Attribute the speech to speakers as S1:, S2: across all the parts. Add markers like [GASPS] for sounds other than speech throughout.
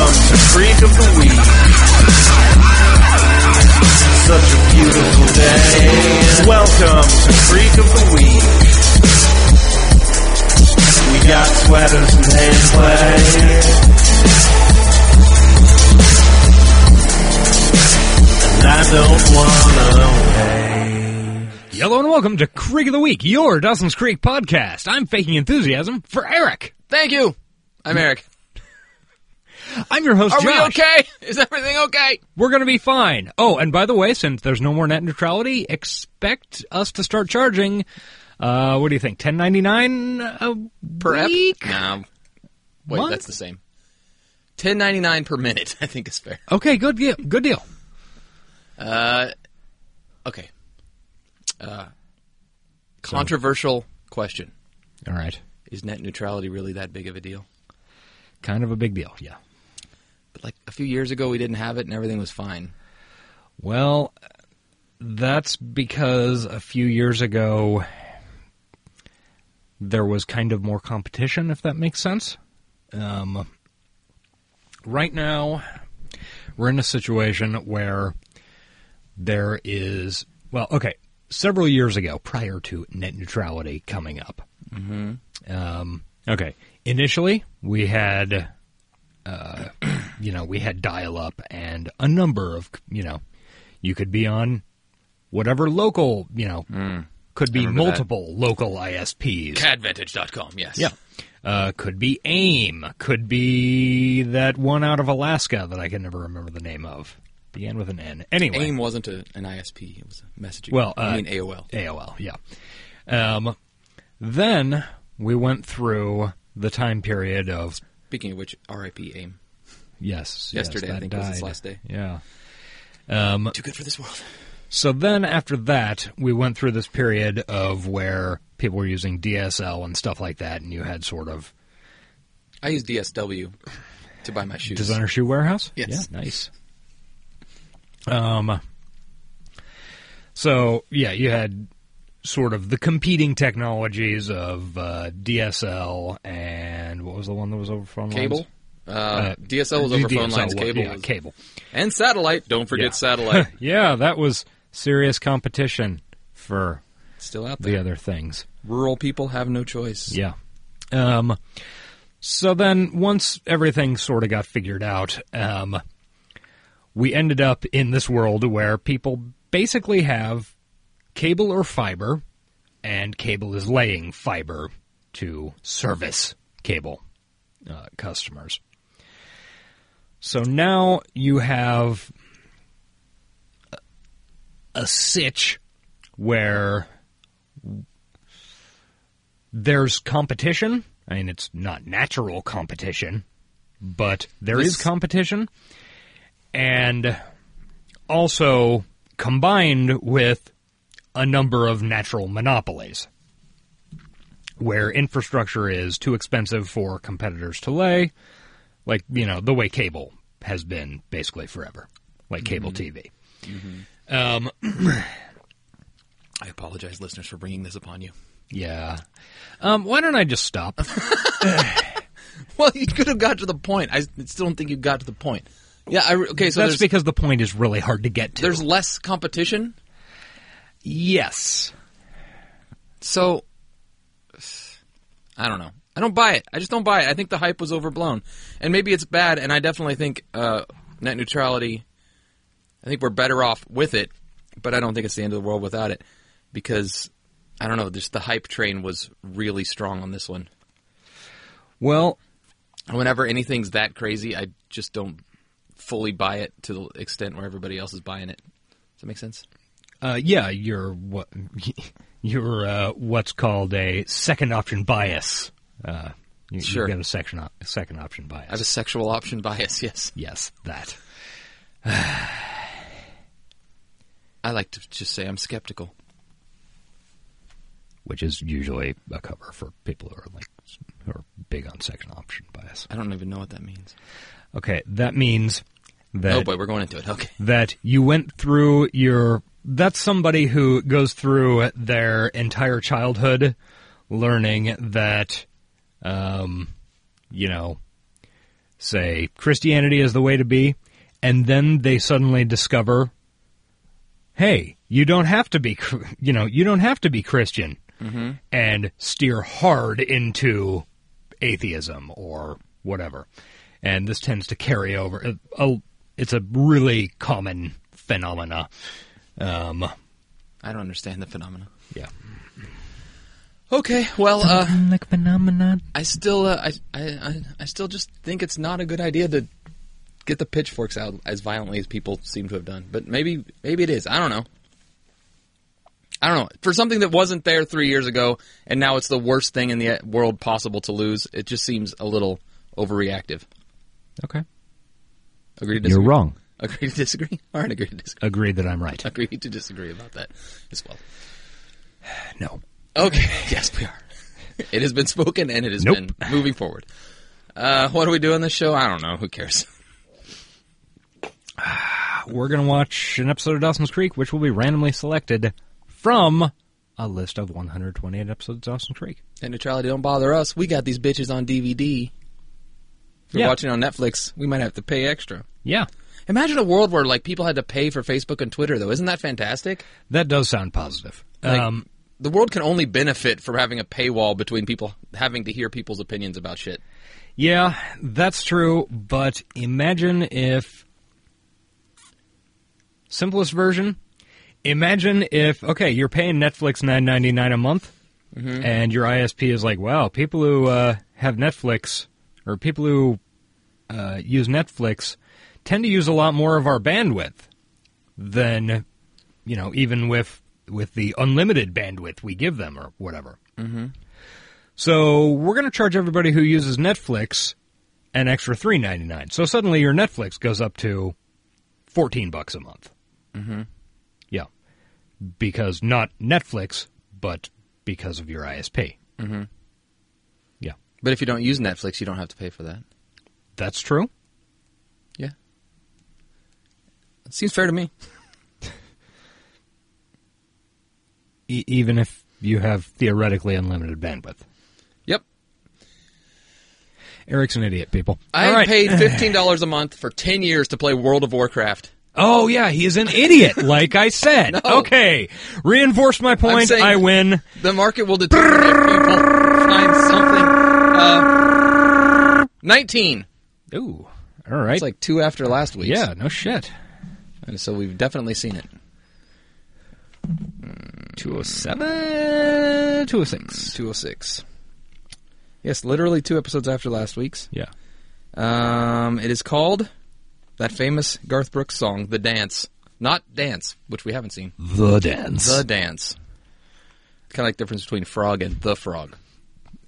S1: freak of the week. Such a beautiful day. Welcome to Freak of the Week. We got sweaters and hand play. And I don't wanna wait.
S2: Yellow and welcome to Creek of the Week, your Dawson's Creek podcast. I'm faking enthusiasm for Eric.
S3: Thank you. I'm Eric.
S2: I'm your host,
S3: Mm. Are we
S2: Josh.
S3: okay? [LAUGHS] Is everything okay?
S2: We're going to be fine. Oh, and by the way, since there's no more net neutrality, expect us to start charging. Uh, what do you think? Ten ninety nine a
S3: Per ep?
S2: week?
S3: No. Wait,
S2: Month?
S3: that's the same. Ten ninety nine per minute, [LAUGHS] I think is fair.
S2: Okay, good deal. Good deal.
S3: Okay. Uh, controversial question.
S2: All right,
S3: Is net neutrality really that big of a deal?
S2: kind of a big deal. Yeah.
S3: But like a few years ago we didn't have it and everything was fine.
S2: Well, that's because a few years ago there was kind of more competition, if that makes sense. Um, right now, we're in a situation where there is, well, okay, several years ago, prior to net neutrality coming up.
S3: Mm-hmm.
S2: Um, okay, initially we had uh, you know, we had dial up and a number of, you know, you could be on whatever local, you know, could be
S3: Mm. remember that.
S2: multiple local ISPs.
S3: Cadvantage.com, yes.
S2: yeah. Uh, could be AIM. Could be that one out of Alaska that I can never remember the name of. Began with an N. Anyway.
S3: AIM wasn't a, an ISP, it was a messaging.
S2: Well, uh,
S3: I mean AOL.
S2: AOL, yeah. Um, then we went through the time period of
S3: Speaking of which, RIP AIM.
S2: yes,
S3: Yesterday, I
S2: yes, that
S3: think,
S2: died.
S3: was its last day.
S2: Yeah. Um,
S3: Too good for this world.
S2: So then after that, we went through this period of where people were using DSL and stuff like that, and you had sort of
S3: I use DSW to buy my shoes.
S2: designer shoe warehouse.
S3: Yes.
S2: yeah, nice. Um. So yeah, you had sort of the competing technologies of uh, DSL and what was the one that was over phone
S3: Cable?
S2: lines?
S3: Uh, DSL was over phone
S2: DSL was-
S3: lines. Cable,
S2: yeah,
S3: was-
S2: cable.
S3: and satellite. Don't
S2: [LAUGHS]
S3: forget satellite.
S2: Yeah, that was serious competition for
S3: Still out there.
S2: the other things.
S3: Rural people have no choice.
S2: Yeah. Um, so then, once everything sort of got figured out, um, we ended up in this world where people basically have cable or fiber, and cable is laying fiber to service cable uh, customers. So now you have a- a sitch where there's competition. I mean, it's not natural competition, but there is
S3: This-
S2: competition. And also combined with a number of natural monopolies where infrastructure is too expensive for competitors to lay, like, you know, the way cable has been basically forever, like cable
S3: Mm-hmm.
S2: TV. Um,
S3: I apologize, listeners, for bringing this upon you. [LAUGHS]
S2: yeah. Um, why don't I just stop?
S3: Well, you could have got to the point. I still don't think you got to the point. Yeah. I, re- okay. So
S2: That's
S3: there's
S2: because the point is really hard to get to.
S3: there's less competition.
S2: yes.
S3: So I don't know. I don't buy it. I just don't buy it. I think the hype was overblown, and maybe it's bad. And I definitely think uh, net neutrality. I think we're better off with it, but I don't think it's the end of the world without it, because I don't know. Just the hype train was really strong on this one.
S2: Well,
S3: And whenever anything's that crazy, I just don't fully buy it to the extent where everybody else is buying it. Does that make sense?
S2: uh, yeah, you're what [LAUGHS] you're uh, what's called a second option bias. Uh, you,
S3: Sure.
S2: You've got a section op- second option bias.
S3: I have a sexual option bias. [LAUGHS] Yes,
S2: yes, that.
S3: I like to just say I'm skeptical.
S2: which is usually a cover for people who are like who are big on second option bias.
S3: I don't even know what that means.
S2: Okay, that means that
S3: Oh boy, we're going into it. Okay.
S2: that you went through your that's somebody who goes through their entire childhood learning that um you know say Christianity is the way to be, and then they suddenly discover, hey, you don't have to be, [LAUGHS] cr- you know, you don't have to be Christian, and steer hard into atheism or whatever. And this tends to carry over. It- a- It's a really common phenomena. Um,
S3: I don't understand the phenomenon.
S2: yeah.
S3: Okay, well, uh,
S2: like phenomena.
S3: I still, uh, I, I, I, I still just think it's not a good idea to get the pitchforks out as violently as people seem to have done. But maybe, maybe it is. I don't know. I don't know. For something that wasn't there three years ago, and now it's the worst thing in the uh, world possible to lose. It just seems a little overreactive.
S2: Okay.
S3: Agree to disagree.
S4: You're wrong.
S3: [LAUGHS] Agree to disagree. All right, agree to disagree.
S2: Agreed that I'm right.
S3: Agree to disagree about that as well.
S2: No.
S3: Okay. [LAUGHS] Yes, we are. It has been spoken and it has
S2: Nope.
S3: been moving forward. Uh, what do we do on this show? I don't know. Who cares?
S2: Uh, We're going to watch an episode of Dawson's Creek, which will be randomly selected from a list of 128 episodes of Dawson's Creek.
S3: And neutrality don't bother us. We got these bitches on DVD. If you're
S2: Yeah.
S3: watching on Netflix, we might have to pay extra.
S2: Yeah.
S3: Imagine a world where like people had to pay for Facebook and Twitter though. Isn't that fantastic?
S2: That does sound positive.
S3: Like,
S2: um,
S3: the world can only benefit from having a paywall between people having to hear people's opinions about shit.
S2: yeah, that's true, but imagine if. Simplest version. Imagine if okay, you're paying Netflix nine ninety nine a month, and your ISP is like, wow, people who uh, have Netflix or people who uh, use Netflix tend to use a lot more of our bandwidth than you know, even with with the unlimited bandwidth we give them or whatever. Mm-hmm. So we're going to charge everybody who uses Netflix an extra three ninety nine. So suddenly your Netflix goes up to fourteen bucks a month. Mm-hmm. Yeah, because not Netflix, but because of your ISP. Mm-hmm. Yeah,
S3: But if you don't use Netflix, you don't have to pay for that.
S2: that's true.
S3: Yeah. Seems fair to me.
S2: E- even if you have theoretically unlimited bandwidth,
S3: Yep.
S2: Eric's an idiot, people.
S3: I
S2: All right. [LAUGHS]
S3: paid fifteen dollars a month for ten years to play World of Warcraft.
S2: Oh yeah, he is an idiot, like I said.
S3: [LAUGHS] No.
S2: Okay, reinforce my point.
S3: saying-
S2: I win.
S3: The market will determine if people find something. Uh, Nineteen.
S2: Ooh, all right.
S3: It's like two after last week.
S2: yeah, no shit.
S3: and so we've definitely seen it.
S2: 207, 206.
S3: Two oh six. Yes, literally two episodes after last week's.
S2: Yeah.
S3: Um, it is called that famous Garth Brooks song, "The Dance," not dance, which we haven't seen.
S2: The dance. [LAUGHS]
S3: The dance. Kind of like the difference between frog and the frog.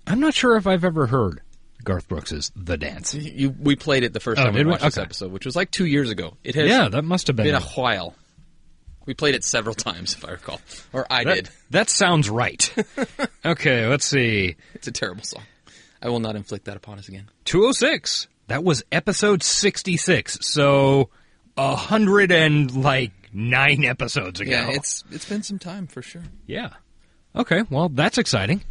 S2: I'm not sure if I've ever heard Garth Brooks's The Dance.
S3: You, we played it the first
S2: Oh,
S3: time we
S2: did we?
S3: watched this
S2: Okay.
S3: episode, which was like two years ago. It has
S2: Yeah, that must have been.
S3: been a while. We played it several times, if I recall, or I
S2: that,
S3: did.
S2: that sounds
S3: [LAUGHS]
S2: right. okay, let's see.
S3: It's a terrible song. I will not inflict that upon us again.
S2: 206. That was episode 66. So, a hundred and like nine episodes ago.
S3: Yeah, it's it's been some time for sure.
S2: Yeah. Okay, well, that's exciting.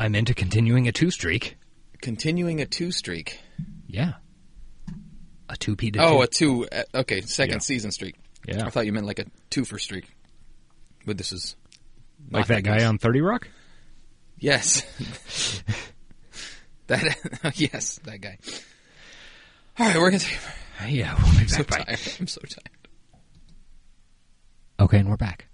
S2: I'm into continuing a two streak.
S3: Continuing a two streak.
S2: Yeah. A two P to
S3: Oh,
S2: two.
S3: a two. uh, Okay, second
S2: Yeah.
S3: season streak.
S2: Yeah.
S3: I thought you meant like a two for streak. But this is
S2: like
S3: not
S2: that
S3: the
S2: guy
S3: case.
S2: on 30 Rock?
S3: Yes. [LAUGHS] that [LAUGHS] yes, that guy. All right, we're gonna take.
S2: Uh, Yeah, we'll be
S3: I'm so
S2: back. by-
S3: tired. I'm so tired.
S2: Okay, and we're back.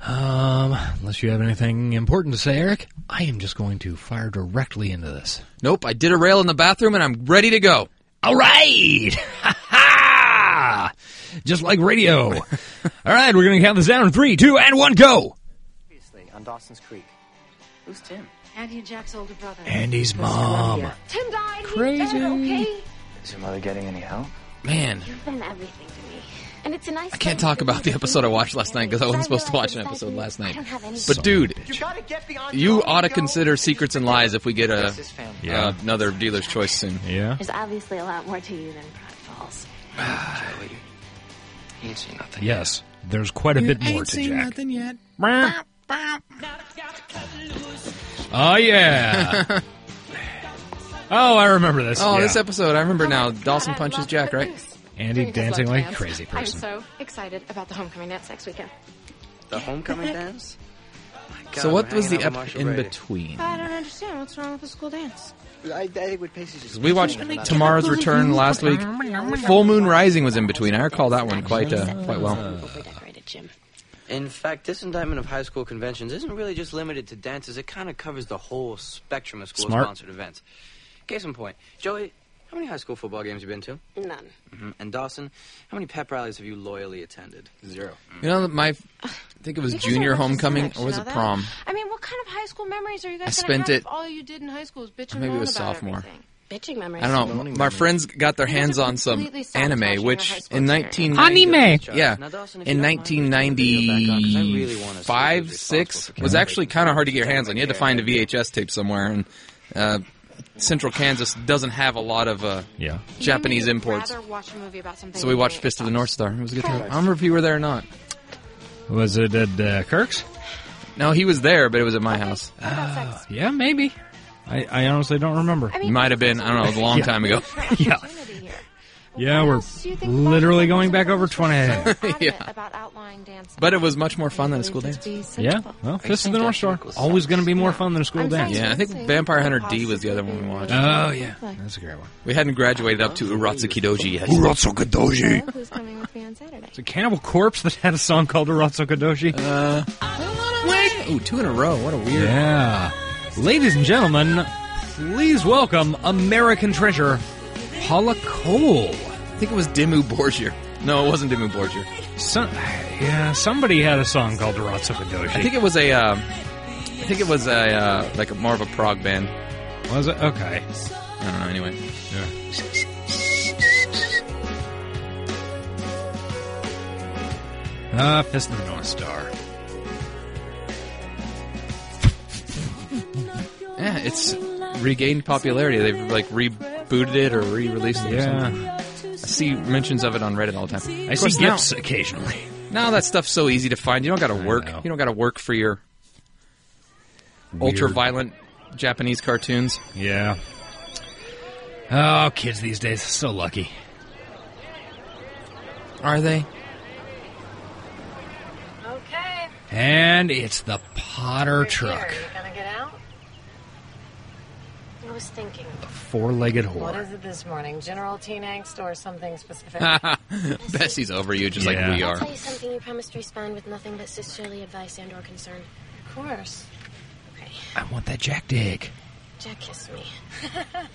S2: Um, unless you have anything important to say, Eric, I am just going to fire directly into this.
S3: Nope, I did a rail in the bathroom and I'm ready to go.
S2: All right! [LAUGHS] Ha ha! Just like [LAUGHS] radio. All right, we're going to count this down in three, two, and one, go!
S5: Previously on Dawson's Creek. Who's Tim?
S6: Andy and Jack's older brother.
S2: Andy's mom.
S7: Tim died. He's
S2: Crazy.
S7: dead, okay?
S5: Is your mother getting any help?
S3: Man,
S7: You've been everything to me. And it's a nice
S3: I can't talk about the episode I watched last night because I wasn't supposed to watch an episode last night. But dude,
S5: gotta get beyond.
S3: you ought to consider Secrets and Lies if we get a
S5: This is family.
S3: uh, another dealer's choice soon.
S2: Yeah?
S7: There's obviously a lot more to you than Pratt Falls.
S5: He ain't seen nothing.
S2: Yes, there's quite a bit more to Jack.
S3: yet.
S2: Oh yeah. Oh, I remember this.
S3: Oh,
S2: yeah.
S3: this episode, I remember
S7: Oh
S3: now.
S7: my God,
S3: Dawson
S7: I
S3: punches
S7: love
S3: Jack,
S7: the
S3: right?
S7: goose.
S2: Andy
S7: He just
S2: dancing
S7: loves
S2: like
S7: dance.
S2: crazy person.
S7: I'm so excited about the homecoming dance next weekend.
S5: The homecoming dance? My God,
S3: So what
S5: we're
S3: was
S5: hanging
S3: the
S5: out with
S3: ep
S5: Marshall
S3: in
S5: Brady.
S3: between?
S7: I don't understand what's wrong with the school dance.
S5: I, I think with Pacey just
S3: We watched Tomorrow's Return last week. Full Moon Rising was in between. I recall that one quite uh, quite well.
S7: Overdecorated gym.
S5: In fact, this indictment of high school conventions isn't really just limited to dances. It kind of covers the whole spectrum of school-sponsored events. Case in point, Joey, how many high school football games have you been to?
S7: None.
S5: Mm, And Dawson, how many pep rallies have you loyally attended? Zero.
S3: You know, my I think it was
S7: You guys are
S3: junior
S7: much
S3: homecoming
S7: alike,
S3: or
S7: you
S3: was
S7: know
S3: it
S7: that?
S3: prom?
S7: I mean, what kind of high school memories are you guys
S3: I
S7: gonna
S3: spent
S7: have
S3: it-
S7: if all you did in high school was bitch and
S3: Maybe it
S7: moan
S3: was
S7: about
S3: sophomore.
S7: everything? Bitching memories.
S3: I don't know. My friends got their
S7: You guys
S3: hands
S7: are
S3: on some
S7: completely sabotaging
S3: anime,
S7: your high
S3: which
S7: school
S3: in
S7: experience.
S3: 19
S2: Anime.
S3: yeah,
S5: Now, Dawson, if you
S3: in
S5: don't mind, we should turn the video back on, 'cause I really wanna see
S3: 1995,
S5: who's responsible
S3: six
S5: for
S3: was
S5: killing
S3: actually
S5: Bacon's
S3: kind of
S5: mom.
S3: hard to get your
S5: Don't
S3: hands on. You had to
S5: care.
S3: find a VHS tape somewhere, and uh, Central Kansas doesn't have a lot of uh,
S2: Yeah.
S3: Japanese
S7: You'd
S3: imports.
S7: rather watch a movie about something
S3: So we
S7: than
S3: watched
S7: anything
S3: Fist of the North
S7: else.
S3: Star. It was a good time. I don't remember if you were there or not.
S2: Was it at uh, Kirk's?
S3: No, he was there, but it was at my house.
S7: What about sex?
S2: Yeah, maybe. I, I honestly don't remember.
S7: I mean,
S3: Ah. Might have been. I don't know. It was a long
S2: Yeah.
S3: time
S7: [LAUGHS]
S3: ago.
S2: Yeah. [LAUGHS] Yeah, we're literally going back over 20.
S7: [LAUGHS]
S3: [LAUGHS] Yeah.
S7: yeah. About outlawing dance.
S3: But it was much more fun than a school dance.
S2: Yeah. Well, Fist of the
S5: think
S2: North
S5: that
S2: Star.
S5: equals
S2: Always going to be more
S7: Yeah.
S2: fun than a school
S7: I'm sorry,
S2: dance.
S3: Yeah, I think
S7: Dancing
S3: Vampire Hunter
S7: could
S3: D was the other one we
S7: possibly
S3: watched.
S7: be
S2: Oh, yeah.
S7: Like-
S2: That's a great one.
S3: We hadn't graduated up to Uratsuki Doji yet.
S7: Hello, who's coming with me on Saturday?
S2: It's a Cannibal Corpse that had a song called Uratsu Kadoshi.
S7: Uh.
S3: Ooh, two in a row. What a weird.
S2: yeah. Ladies and gentlemen, please welcome American treasure, Paula Cole.
S3: I think it was Dimmu Borgir. No, it wasn't Dimmu Borgir.
S2: Some, yeah, somebody had a song called Uratsu Kadoshi.
S3: I think it was a. Uh, I think it was a uh, like a, more of a prog band.
S2: was it? Okay.
S3: I don't know. Anyway,
S2: Yeah. Ah, Fist of the North Star.
S3: yeah, it's regained popularity. They've like rebooted it or re-released it. Or something.
S2: Yeah.
S3: I see mentions of it on Reddit all the time.
S2: I
S3: Of
S2: see
S3: course, now-
S2: gifts occasionally.
S3: Now that stuff's so easy to find. You don't got to work.
S2: know.
S3: You don't got to work for your ultra-violent Japanese cartoons.
S2: Yeah. Oh, kids these days, so lucky.
S3: Are they?
S4: Okay.
S2: And it's the Potter truck,
S4: Here. You gonna get out?
S7: I was thinking.
S2: four-legged
S4: What
S2: whore.
S4: is it this morning? General teen angst or something specific?
S3: Bessie's over you, just
S2: Yeah.
S3: like we
S7: I'll
S3: are.
S7: tell you something. You promised to respond with nothing but sisterly advice and/or concern.
S4: of course.
S7: Okay.
S2: I want that Jack Dick.
S7: Jack
S3: [LAUGHS]
S7: kissed me.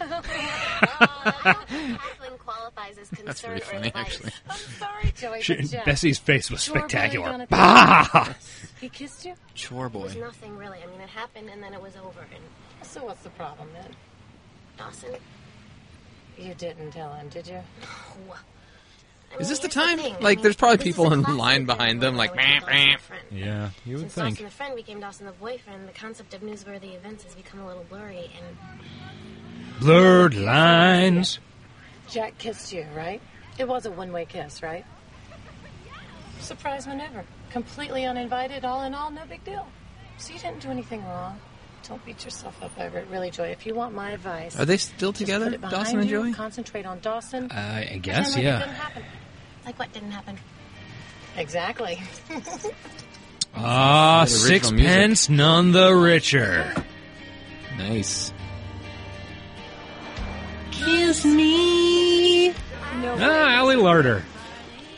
S6: Kathleen qualifies as concern
S3: That's pretty
S6: or
S3: funny,
S6: advice.
S3: actually.
S4: I'm sorry,
S3: [LAUGHS]
S4: Joey.
S2: She,
S4: but Jack,
S2: Bessie's face was
S4: you're really
S2: spectacular.
S4: gonna-
S2: Bah!
S4: He kissed you?
S3: Chore boy.
S6: Nothing really. I mean, it happened and then it was over. And
S4: So what's the problem then?
S3: [LAUGHS]
S6: Dawson,
S4: You didn't tell him, did you?
S6: I
S3: Is
S6: mean,
S3: this the
S6: here's
S3: time?
S6: thing.
S3: Like,
S6: I mean,
S3: there's probably
S6: this is
S3: people
S6: a
S3: in
S6: classic
S3: line
S6: example
S3: behind
S6: of
S3: them,
S6: how
S3: like,
S6: we become
S3: "Meh, meh."
S6: Dawson the friend.
S2: Yeah, you would
S6: Since Dawson
S2: think.
S6: the friend became Dawson the boyfriend, the concept of newsworthy events has become a little blurry. And
S2: Blurred lines.
S4: Jack kissed you, right? It was a one-way kiss, right? Surprise maneuver. Completely uninvited, all in all, no big deal. So you didn't do anything wrong. Don't beat yourself up over it, really, Joy. If you want my advice,
S3: Are they still
S4: just
S3: together,
S4: put it behind
S3: Dawson and
S4: you,
S3: Joey? Uh,
S4: Concentrate on Dawson.
S2: I I
S4: pretend
S2: guess,
S4: like it
S2: yeah.
S4: didn't happen.
S6: like, what didn't happen?
S4: Exactly.
S2: Ah,
S3: Original music.
S2: sixpence none the richer.
S3: Nice.
S4: Kiss me.
S2: Ah, Allie Larder.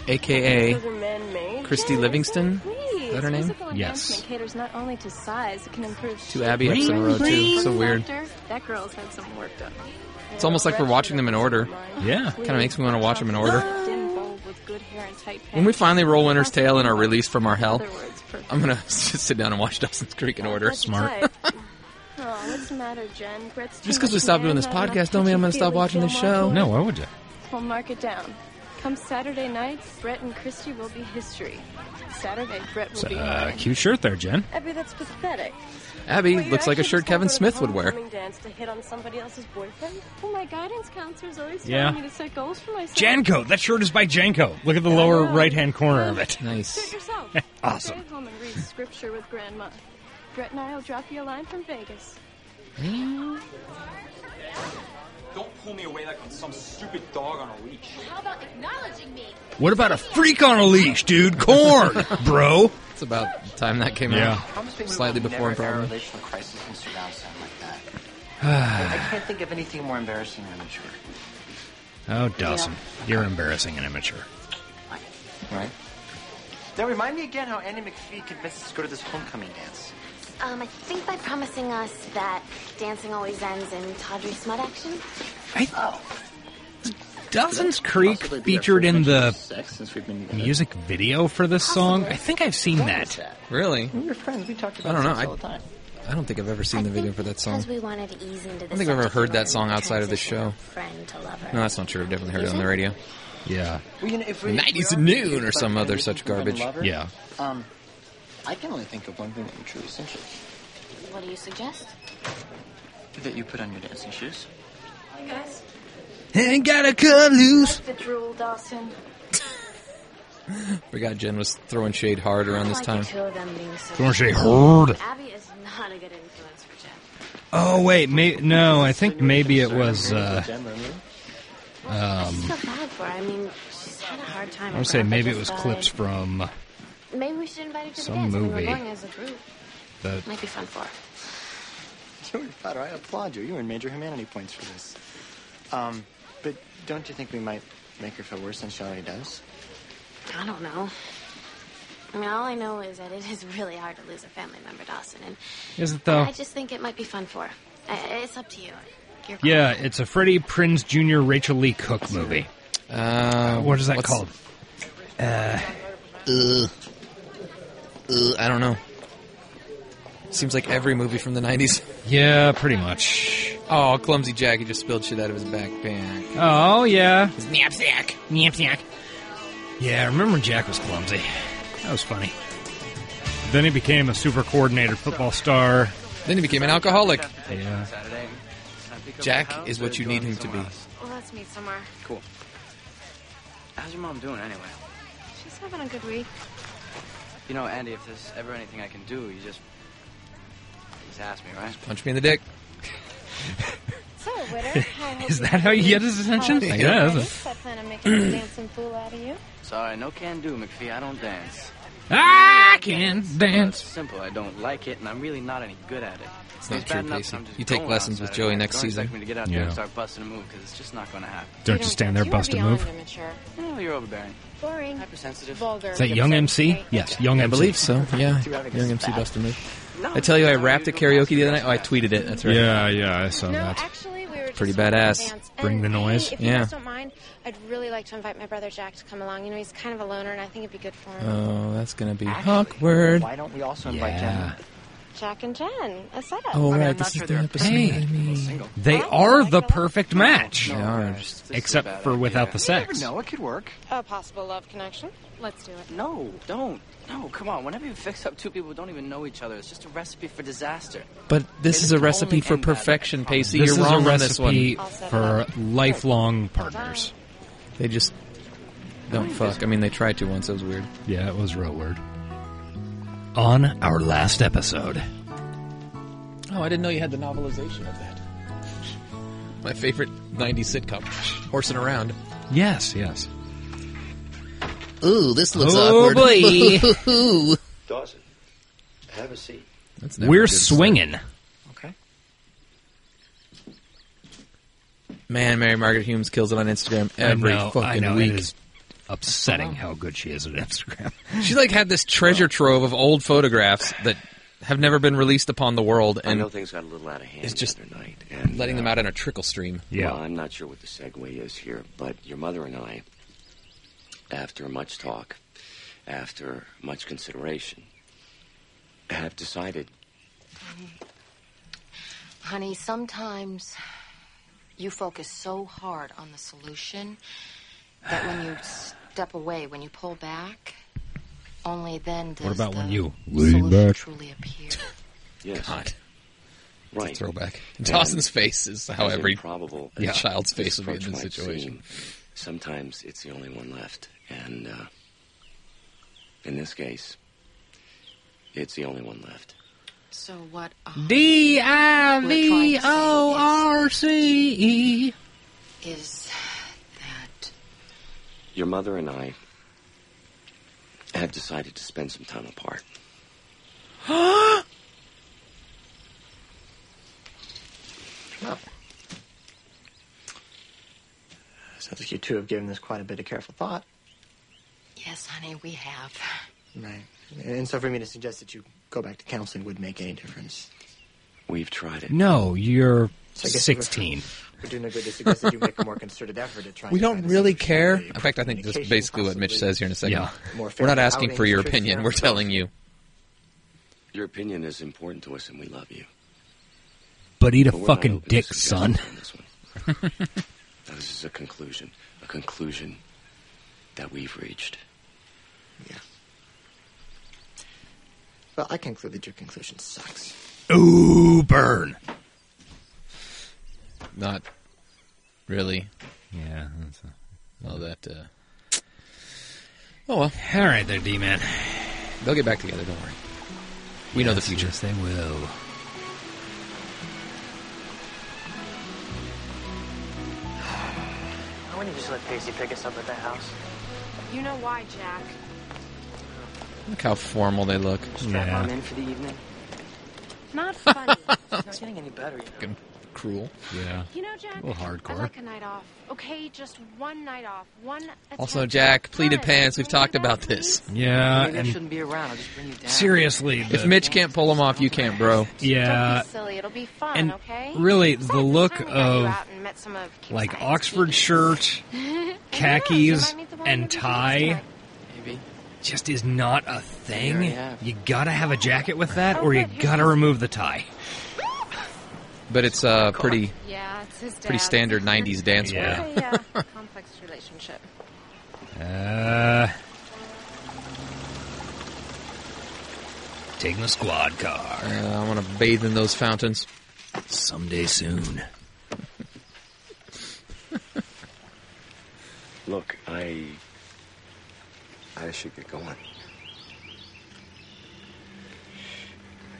S3: AKA
S8: Those are man-made.
S3: Christy Livingston.
S8: Is
S3: that her name?
S8: Physical
S2: Yes.
S8: enhancement caters not only to size, it can improve
S3: To Abby Epps in a row, too. So weird.
S8: Laughter. That girl's had some work done.
S3: It's almost like we're watching them in order.
S2: Yeah.
S8: Kind
S3: Kinda makes me wanna watch them in order.
S8: When
S3: When we finally roll Winter's Tale and are released from our hell,
S8: Other words, perfect.
S3: I'm gonna [LAUGHS] just sit down and watch Dawson's Creek in order.
S8: That's right. Oh, what's the matter, Jen? Brett's too
S3: Just 'cause
S8: much
S3: we stopped
S8: man,
S3: doing this
S8: not enough
S3: podcast don't mean I'm gonna stop
S8: touchy-feely
S3: watching this
S8: Gilmore
S3: show.
S8: Boys.
S2: No, why would you?
S8: We'll mark it down. Come Saturday night, Brett and Christy will be history. Saturday, Brett will be.
S2: Uh,
S8: mine.
S2: cute shirt there, Jen.
S8: Abby, that's pathetic.
S3: Abby
S8: Well, you
S3: looks like a
S8: actually
S3: shirt
S8: just don't
S3: Kevin
S8: go to
S3: Smith would wear.
S8: homecoming dance to hit on somebody else's boyfriend? Well, my guidance counselor's always
S2: Yeah.
S8: telling me to set goals for myself.
S2: Janko. That shirt is by Janko. Look at the lower right-hand corner of it.
S8: Do it
S9: [LAUGHS]
S3: Nice.
S8: yourself.
S3: [LAUGHS]
S2: Awesome.
S8: Stay home and read scripture with Grandma. Brett and I will drop you a line from Vegas.
S10: pull me away like I'm some stupid dog on a leash.
S7: How about acknowledging me?
S2: What about a freak on a leash, dude? Corn, [LAUGHS] bro.
S3: It's about the time that came
S2: Yeah.
S3: out. Slightly before
S11: a
S3: probably.
S11: relational crisis can surround sound like that.
S3: [SIGHS]
S11: I I can't think of anything more embarrassing than immature,
S2: Oh, Dawson, you're embarrassing and immature.
S11: right? Now remind me again how Annie McPhee convinced us to go to this homecoming dance.
S7: Um, I think by promising us that dancing always ends in tawdry smut action.
S2: Oh. Dawson's Creek featured in the music video for this song. I think I've seen that.
S3: Really?
S11: We were friends. We talked about
S3: I don't know,
S11: sex
S3: I-
S11: all the time.
S3: I don't think I've ever seen the video for that song.
S7: Because we wanted to ease into the
S3: think I've ever
S7: subject
S3: heard that
S7: matter
S3: song
S7: and
S3: outside of this
S7: transition
S3: show.
S7: from Friend to lover.
S3: No, that's not true. I've definitely heard it on the
S7: Isn't?
S3: radio.
S2: Yeah.
S11: Well, you know, if we,
S3: 90s
S11: we are
S3: noon
S11: dating,
S3: or
S11: but
S3: some
S11: when
S3: other
S11: we
S3: such
S11: think of a
S3: garbage.
S11: lover,
S2: Yeah.
S11: Um, I can only think of one thing that you truly essential.
S7: What do you suggest?
S11: That you put on your dancing shoes.
S8: Guys,
S2: Ain't gotta cut loose.
S8: the drool, Dawson.
S3: Forgot Jen was throwing shade hard around this
S7: Like
S3: time.
S7: the two of them being so.
S2: Don't say heard.
S7: Abby is not a good influence for Jeff.
S2: Oh wait, may, no. I think maybe it was. Uh,
S7: I just feel bad for her. I mean, she's had a hard time.
S2: Um, I would say maybe it was clips from
S7: Maybe we should invite her to
S2: some
S7: the dance when
S2: movie.
S7: We're going as a group.
S2: the.
S7: Might be fun for her.
S11: George Potter, I applaud you. You earned major humanity points for this. Um, but don't you think we might make her feel worse than she already does?
S7: I don't know. I mean, all I know is that it is really hard to lose a family member, Dawson, and
S2: Is it though?
S7: I just think it might be fun for her. I, it's up to you. Your call.
S2: Yeah, it's a Freddie Prinz Jr. Rachel Lee Cook movie.
S3: Uh,
S2: What is that
S3: what's-
S2: called?
S3: Uh, I don't know. Seems like every movie from the 90s.
S2: Yeah, pretty much.
S3: [LAUGHS] Oh, clumsy Jackie just spilled shit out of his backpack.
S2: Oh yeah,
S3: His knapsack.
S2: yeah. Remember Jack was clumsy. That was funny. Then he became a super coordinated football star.
S3: Then he became an alcoholic.
S2: Yeah.
S5: Saturday. I pick up
S3: Jack
S5: the house
S3: is what
S5: or
S3: you
S5: do I
S3: need
S5: meet
S3: him to
S5: someone
S3: be.
S5: else?
S8: Well, let's meet somewhere.
S5: Cool. How's your mom doing anyway?
S8: She's having a good week.
S5: You know, Andy, if there's ever anything I can do, you just just ask me, right?
S3: Punch me in the dick.
S8: So,
S2: [LAUGHS]
S8: Witter, I hope
S2: Is
S8: you
S2: that how you get his
S8: have
S2: attention?
S8: fun
S2: I
S8: already.
S2: guess.
S8: I plan on making a dancing fool out of you.
S5: Sorry, no can do, McPhee. I don't dance.
S2: I can
S5: Well,
S2: dance.
S5: it's simple. I don't like it, and I'm really not any good at it. It's
S3: not
S5: bad
S3: true,
S5: enough
S3: Casey.
S5: that I'm just
S3: You take
S5: going
S3: lessons with
S5: outside
S3: Joey
S5: of it.
S3: next
S5: Don't expect me
S3: season.
S5: to get out there
S2: Yeah.
S5: and start busting a move because it's just not going to happen.
S2: Don't just stand there,
S8: You are
S2: bust a
S8: beyond
S2: move.
S8: immature.
S5: No, you're overbearing,
S8: Boring.
S5: hypersensitive.
S8: Vulgar.
S2: Is that Young MC? Yes, Young
S3: I
S2: MC.
S3: believe so. Yeah.
S11: having a
S3: Young MC
S11: spat.
S3: Buster move.
S5: No,
S3: I tell you, I
S5: no,
S3: rapped at
S5: go
S3: karaoke
S5: past
S3: the
S5: it.
S3: other night. Oh, I tweeted it. That's right.
S2: Yeah, yeah, I saw
S8: No,
S2: that.
S8: actually, we were just
S3: Pretty
S8: doing a
S3: badass.
S8: dance.
S2: Bring
S8: And,
S2: the noise.
S8: Hey, if
S3: Yeah.
S8: you guys don't mind, I'd really like to invite my brother Jack to come along. You know, he's kind of a loner, and I think it'd be good for him.
S3: Oh, that's gonna be
S11: Actually,
S3: awkward.
S11: Why don't we also invite
S2: Yeah.
S11: Jen?
S8: Jack and Jen, a setup.
S5: I mean,
S3: Oh, right.
S5: I'm not
S3: This
S5: sure
S3: is the
S5: they're
S3: episode.
S2: Hey.
S3: I mean-
S5: Single.
S2: They are the perfect match,
S3: They
S5: No,
S3: are.
S5: guys, this is a
S2: except
S5: bad
S2: for
S5: idea.
S2: without the
S11: You never
S2: sex.
S11: know. It could work.
S8: A possible love connection. Let's do it.
S5: No, don't. No, come on. Whenever you fix up two people who don't even know each other, it's just a recipe for disaster.
S3: But this
S5: It
S3: is a
S5: can
S3: recipe
S5: only
S3: for
S5: end badly.
S3: perfection, Pacey.
S2: This
S3: You're
S2: is a
S3: wrong on this
S2: recipe
S3: one.
S8: I'll set it
S2: for
S8: up.
S2: lifelong partners.
S3: They just don't fuck. I mean, they tried to once. That was weird.
S2: Yeah, it was real weird. On our last episode.
S3: Oh, I didn't know you had the novelization of that. [LAUGHS] My favorite 90s sitcom, Horsing Around.
S2: Yes, yes.
S3: Ooh, this looks
S2: Oh,
S3: [LAUGHS]
S2: [LAUGHS] boy.
S3: boy.
S12: Dawson, have a seat.
S2: We're swinging.
S11: Okay.
S3: Man, Mary Margaret Humes kills it on Instagram every
S2: I know,
S3: fucking
S2: I know,
S3: week.
S2: It is upsetting how good she is at Instagram. [LAUGHS]
S3: [LAUGHS] She like had this treasure trove of old photographs that have never been released upon the world,
S12: I know
S3: and
S12: things got a little out of hand
S3: It's just
S12: the other night. And,
S3: letting
S12: uh,
S3: them out in a trickle stream.
S2: Yeah.
S12: Well, I'm not sure what the segue is here, but your mother and I, after much talk, after much consideration, have decided
S13: Honey, sometimes you focus so hard on the solution that when you step away, when you pull back, only then does
S2: What about when
S13: the
S2: you
S13: solution truly appear.
S12: yes,
S3: God,
S12: right.
S3: throwback. And Dawson's face is how
S12: as
S3: every
S12: improbable
S3: yeah.
S12: as
S3: [LAUGHS] child's face would be in
S12: approach
S3: this
S12: might
S3: situation.
S12: seem, sometimes it's the only one left, and uh, in this case, it's the only one left.
S13: So what?
S2: D I
S13: V O
S2: R C E.
S13: is that
S12: Your mother and I have decided to spend some time apart.
S11: Sounds like you two have given this quite a bit of careful thought.
S13: yes, honey, we have.
S11: Right. And so for me to suggest that you go back to counseling would make any difference.
S12: We've tried it.
S2: No, you're
S11: So I guess
S2: 16.
S11: We're doing a good to suggest that you make a more concerted effort at trying
S3: We
S11: to
S3: don't
S11: find a
S3: really
S11: solution.
S3: care. In fact, I think that's basically what Mitch says here in a second.
S11: Yeah. More
S3: We're not
S11: fair
S3: asking
S11: outing
S3: for your
S11: to church
S3: opinion. We're
S11: parents.
S3: telling you.
S12: Your opinion is important to us, and we love you.
S2: But eat a
S3: Oh,
S12: But we're not
S2: fucking
S12: open to
S2: dick, son.
S3: [LAUGHS]
S12: suggestions on this one. [LAUGHS] now, this is a conclusion. A conclusion that we've reached.
S11: Well, I conclude that your conclusion sucks.
S2: Ooh, burn.
S3: Not really.
S2: Yeah.
S3: All that. Uh,
S2: Oh, well. All right there, D-Man.
S3: They'll get back together, don't worry. We know the future.
S2: Yes, they will.
S14: Why wouldn't you just let Pacey pick us up at the house?
S15: You know why, Jack.
S3: Look how formal they look.
S14: Strap on in for the evening.
S15: Not funny.
S2: Oh.
S14: It's not getting any better, you know.
S3: Cruel. Yeah.
S15: You know, Jack.
S3: A little hardcore.
S15: I'd like a night off. Okay, just one night off. One. attempt.
S3: Also, Jack, pleated pants. We've talked about this.
S2: Yeah,
S14: Maybe I shouldn't be around. I'll just bring you down.
S2: Seriously,
S3: If
S2: the-
S3: Mitch can't pull them off, you can't, bro.
S2: Yeah.
S15: silly. It'll be fun.
S2: and
S15: okay.
S2: really, the look
S15: you
S2: of
S15: out and met some of.
S2: like Oxford [LAUGHS] shirt, khakis, and tie
S14: Maybe.
S2: just is not a thing.
S14: Yeah, yeah.
S2: You gotta have a jacket with that, or you gotta remove the tie.
S3: But it's uh, pretty,
S15: Yeah, it's his
S3: pretty
S15: dad's.
S3: standard '90s dance wear.
S15: It's a,
S3: [LAUGHS]
S15: uh, complex relationship.
S2: Uh, taking the squad car.
S3: Uh, I want to bathe in those fountains
S2: someday soon.
S12: Look, I. I should get going.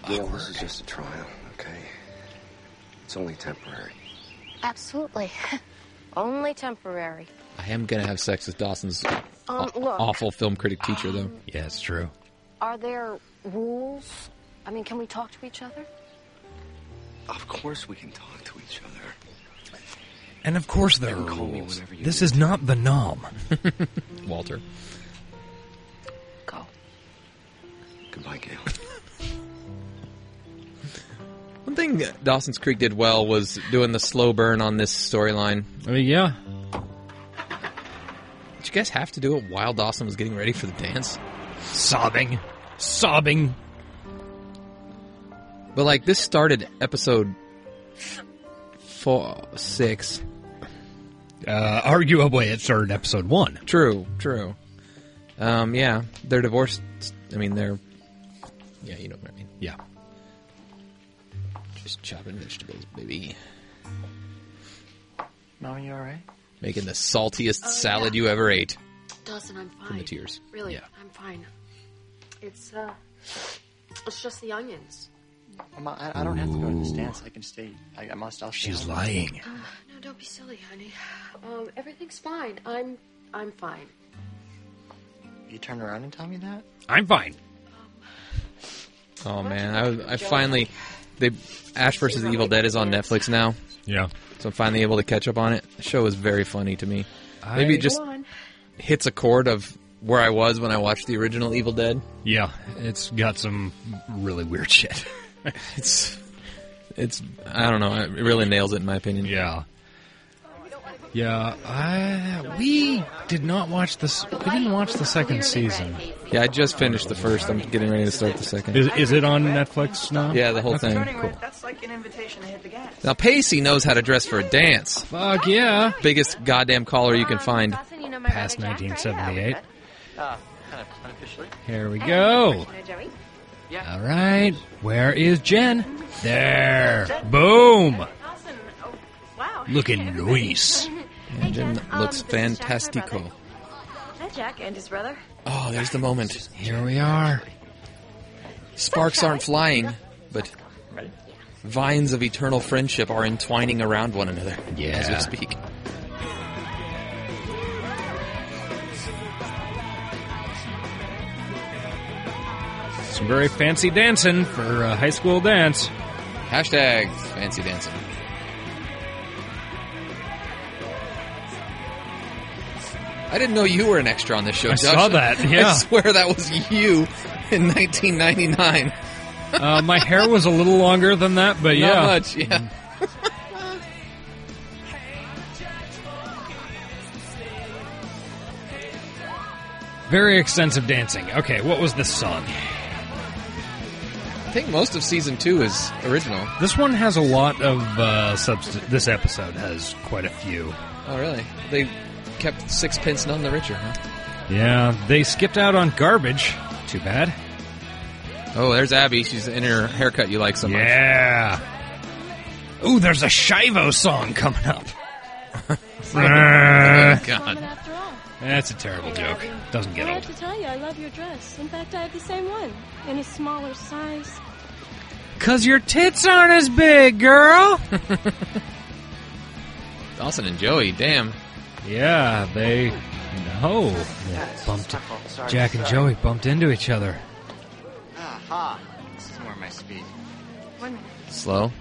S12: You know, this is just a trial, okay? It's only temporary.
S7: Absolutely. [LAUGHS] Only temporary.
S3: I am gonna have sex with Dawson's
S7: Um, look. Um,
S3: awful film critic teacher, though.
S2: Yeah, it's true.
S7: Are there rules? I mean, can we talk to each other?
S12: Of course we can talk to each other.
S2: And of course there are
S12: You can call me
S2: rules.
S12: whenever you
S2: This is not the nom.
S3: Walter.
S12: Goodbye, Gail.
S3: [LAUGHS] One thing that Dawson's Creek did well was doing the slow burn on this storyline.
S2: I mean, yeah.
S3: Did you guys have to do it while Dawson was getting ready for the dance?
S2: Sobbing. Sobbing.
S3: But like this started episode four, six.
S2: Uh, arguably, it started episode one.
S3: True, true. Um, yeah, they're divorced. I mean, they're. Yeah, you know what I mean.
S2: Yeah.
S3: Just chopping vegetables, baby.
S11: Mom, you all right?
S3: Making the saltiest salad you ever ate.
S7: Dawson, I'm fine.
S3: From the tears.
S7: Really,
S3: Yeah.
S7: I'm fine. It's uh, it's just the onions.
S11: Mom, I, I don't have to go to this dance. I can stay. I, I must. I'll stay
S2: She's
S11: home.
S2: lying.
S7: Uh, no, don't be silly, honey. Um, everything's fine. I'm I'm fine.
S11: You turned around and told me that?
S2: I'm fine.
S3: Oh man, I, was- I finally they Ash versus the Evil Dead is on Netflix now.
S2: Yeah.
S3: So I'm finally able to catch up on it. The show is very funny to me. Maybe
S2: I-
S3: it just
S2: Go on.
S3: hits a chord of where I was when I watched the original Evil Dead.
S2: Yeah, it's got some really weird shit. [LAUGHS]
S3: it's it's I don't know, it really nails it in my opinion.
S2: Yeah. Yeah, I, we did not watch this. We didn't watch the second season.
S3: Yeah, I just finished the first. I'm getting ready to start the second.
S2: Is, is it on Netflix now?
S3: Yeah, the whole
S2: Okay.
S3: thing.
S14: Turning red, that's like an invitation to hit the gas.
S3: Now Pacey knows how to dress for a dance.
S2: Fuck yeah.
S3: Biggest goddamn collar you can
S15: Um,
S3: find.
S2: Past 1978.
S14: Uh, kind of unofficially.
S2: Here we go. All right. Where is Jen? There. Boom.
S15: Dawson, oh,
S3: [LAUGHS]
S15: wow. [LAUGHS]
S2: Looking nice.
S3: Yeah, Jim looks fantastico.
S15: Hi, Jack and his brother.
S3: Oh, there's the moment.
S2: Here we are.
S3: Sparks aren't flying, but vines of eternal friendship are entwining around one another
S2: Yeah.
S3: as we speak.
S2: Some very fancy dancing for uh, high school dance.
S3: Hashtag fancy dancing. I didn't know you were an extra on this show.
S2: I
S3: Josh.
S2: saw that, yeah.
S3: [LAUGHS] I swear that was you in 1999.
S2: Uh, my hair was a little longer than that, but
S3: Not
S2: yeah.
S3: much, yeah.
S2: Very extensive dancing. Okay, what was this song?
S3: I think most of season two is original.
S2: This one has a lot of uh, substance. This episode has quite a few.
S3: Oh, really? They kept sixpence none the richer, huh?
S2: Yeah, they skipped out on garbage. Too bad.
S3: Oh, there's Abby. She's in her haircut you like so much.
S2: Yeah. Ooh, there's a Shivo song coming up.
S3: Oh, [LAUGHS] God.
S2: That's a terrible joke. Doesn't get
S8: I
S2: old.
S8: have to tell you, I love your dress. In fact, I have the same one in a smaller size.
S2: Cause your tits aren't as big, girl.
S3: Dawson and Joey, damn.
S2: Yeah, they. No. They bumped. Jack and Joey bumped into each other.
S11: Aha! This is more my speed.
S7: One minute.
S3: Slow.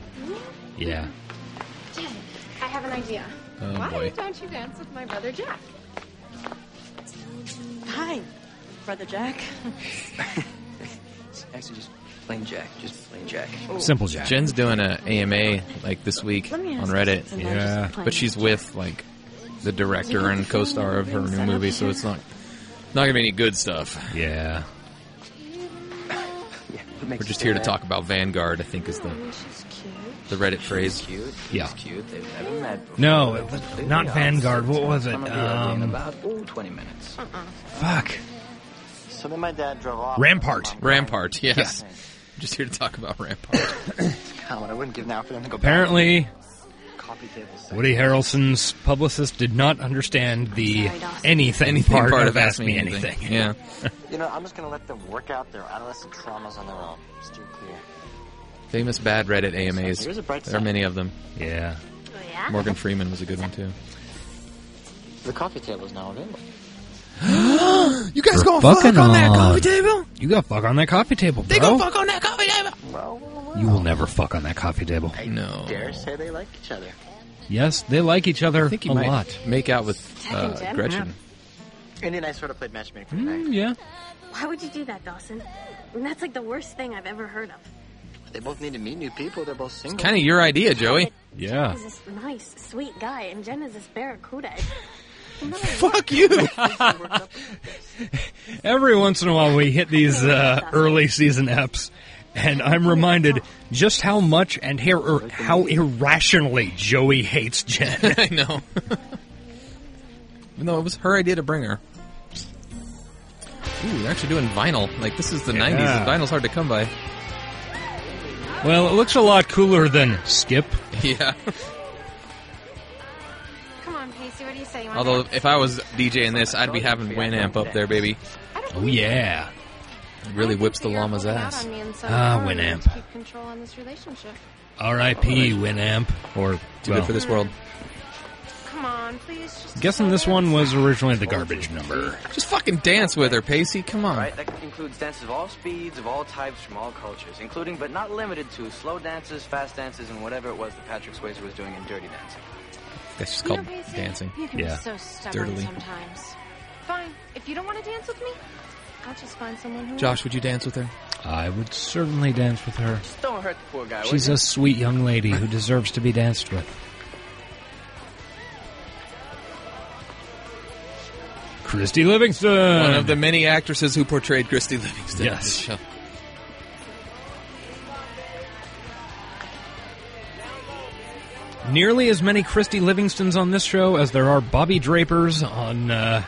S2: Yeah.
S7: Dad, I have an idea.
S3: Oh,
S8: Why
S3: boy.
S8: don't you dance with my brother Jack?
S16: Hi, Brother Jack.
S14: It's actually just plain Jack. Just plain Jack.
S2: Simple Jack.
S3: Jen's doing a AMA like this week
S14: Let me
S3: on
S14: ask
S3: Reddit.
S14: something. Yeah.
S3: but she's with like the director and co-star of her new movie, so it's not not gonna be any good stuff.
S2: Yeah.
S3: We're just here to talk about Vanguard. I think is the the Reddit phrase.
S14: Cute.
S2: Yeah.
S14: Cute. They've never met before.
S2: No, it was not Vanguard. What was it?
S14: I'm gonna be ugly in
S2: Um,
S14: about ooh, 20 minutes.
S2: Fuck.
S11: So then my dad drove off.
S2: Rampart.
S3: Rampart. Yes. I'm just here to talk about Rampart.
S11: God, what I wouldn't give now for them to go back.
S2: Apparently,
S11: Coffee tables.
S2: Woody Harrelson's publicist did not understand the anything,
S3: Anything
S2: part,
S3: part
S2: of Ask Me Anything.
S3: Yeah.
S11: You know, I'm just gonna let them work out their adolescent traumas on their own. Steer clear.
S3: Famous bad Reddit AMAs.
S11: Here's a bright
S3: There are
S11: side.
S3: many of them.
S2: Yeah.
S7: yeah?
S3: Morgan Freeman was a good one too.
S11: The coffee table's now available.
S3: you guys
S2: We're
S3: gonna fuck
S2: fucking
S3: on that
S2: on.
S3: coffee table?
S2: You got fuck on that coffee table, bro.
S3: They gonna fuck on that coffee table?
S2: You will never fuck on that coffee table.
S3: No.
S11: Dare say they like each other.
S2: Yes, they like each other
S3: I think he
S2: a
S3: might
S2: lot.
S3: make out with
S7: Jack and
S3: uh,
S7: Jen?
S3: Gretchen.
S11: Andy and I sort of played matchmaker for the
S2: Mm,
S11: night.
S2: yeah.
S7: Why would you do that, Dawson? That's like the worst thing I've ever heard of.
S11: They both need to meet new people. They're both single.
S3: Kind of your idea, Joey.
S2: Yeah.
S7: He's this nice, sweet guy, and Jen is this barracuda.
S2: Oh
S3: Fuck you.
S2: Every once in a while, we hit these uh, early season eps, and I'm reminded just how much and how, er, how irrationally Joey hates Jen. [LAUGHS]
S3: [LAUGHS] I know. Even though it was her idea to bring her. Ooh, they're actually doing vinyl. Like this is the
S2: Yeah.
S3: '90s. and Vinyl's hard to come by. [LAUGHS]
S2: well, it looks a lot cooler than Skip.
S3: Yeah.
S15: Come on, Pacey, what do you say? You want
S3: Although if I was DJing this, I'd be having Winamp up there, baby.
S2: Oh yeah.
S3: It really whips the llama's
S15: out
S3: ass.
S15: on me and so
S2: Ah,
S15: hard
S2: Winamp.
S15: to Keep control on this relationship.
S2: R.I.P. Winamp. Or
S3: Too good for this world.
S15: Come on, please, just.
S2: Guessing this one was originally the garbage number.
S3: Just fucking dance with her, Pacey. Come on.
S5: Right? That includes dances of all speeds, of all types, from all cultures, including but not limited to slow dances, fast dances, and whatever it was that Patrick Swayze was doing in Dirty Dancing.
S3: That's just
S7: You
S3: called
S7: know, Pacey,
S3: dancing.
S7: You can
S2: Yeah.
S7: be so stubborn
S3: Dirtily.
S7: sometimes.
S15: Fine. If you don't want to dance with me, I'll just find someone who.
S3: Josh, would you dance with her?
S2: I would certainly dance with her.
S5: Just don't hurt the poor guy.
S2: She's a
S5: would
S2: sweet young lady who deserves to be danced with. Christy Livingston.
S3: One of the many actresses who portrayed Christy Livingston.
S2: Yes.
S3: In this show.
S2: Nearly as many Christy Livingstons on this show as there are Bobby Drapers on uh,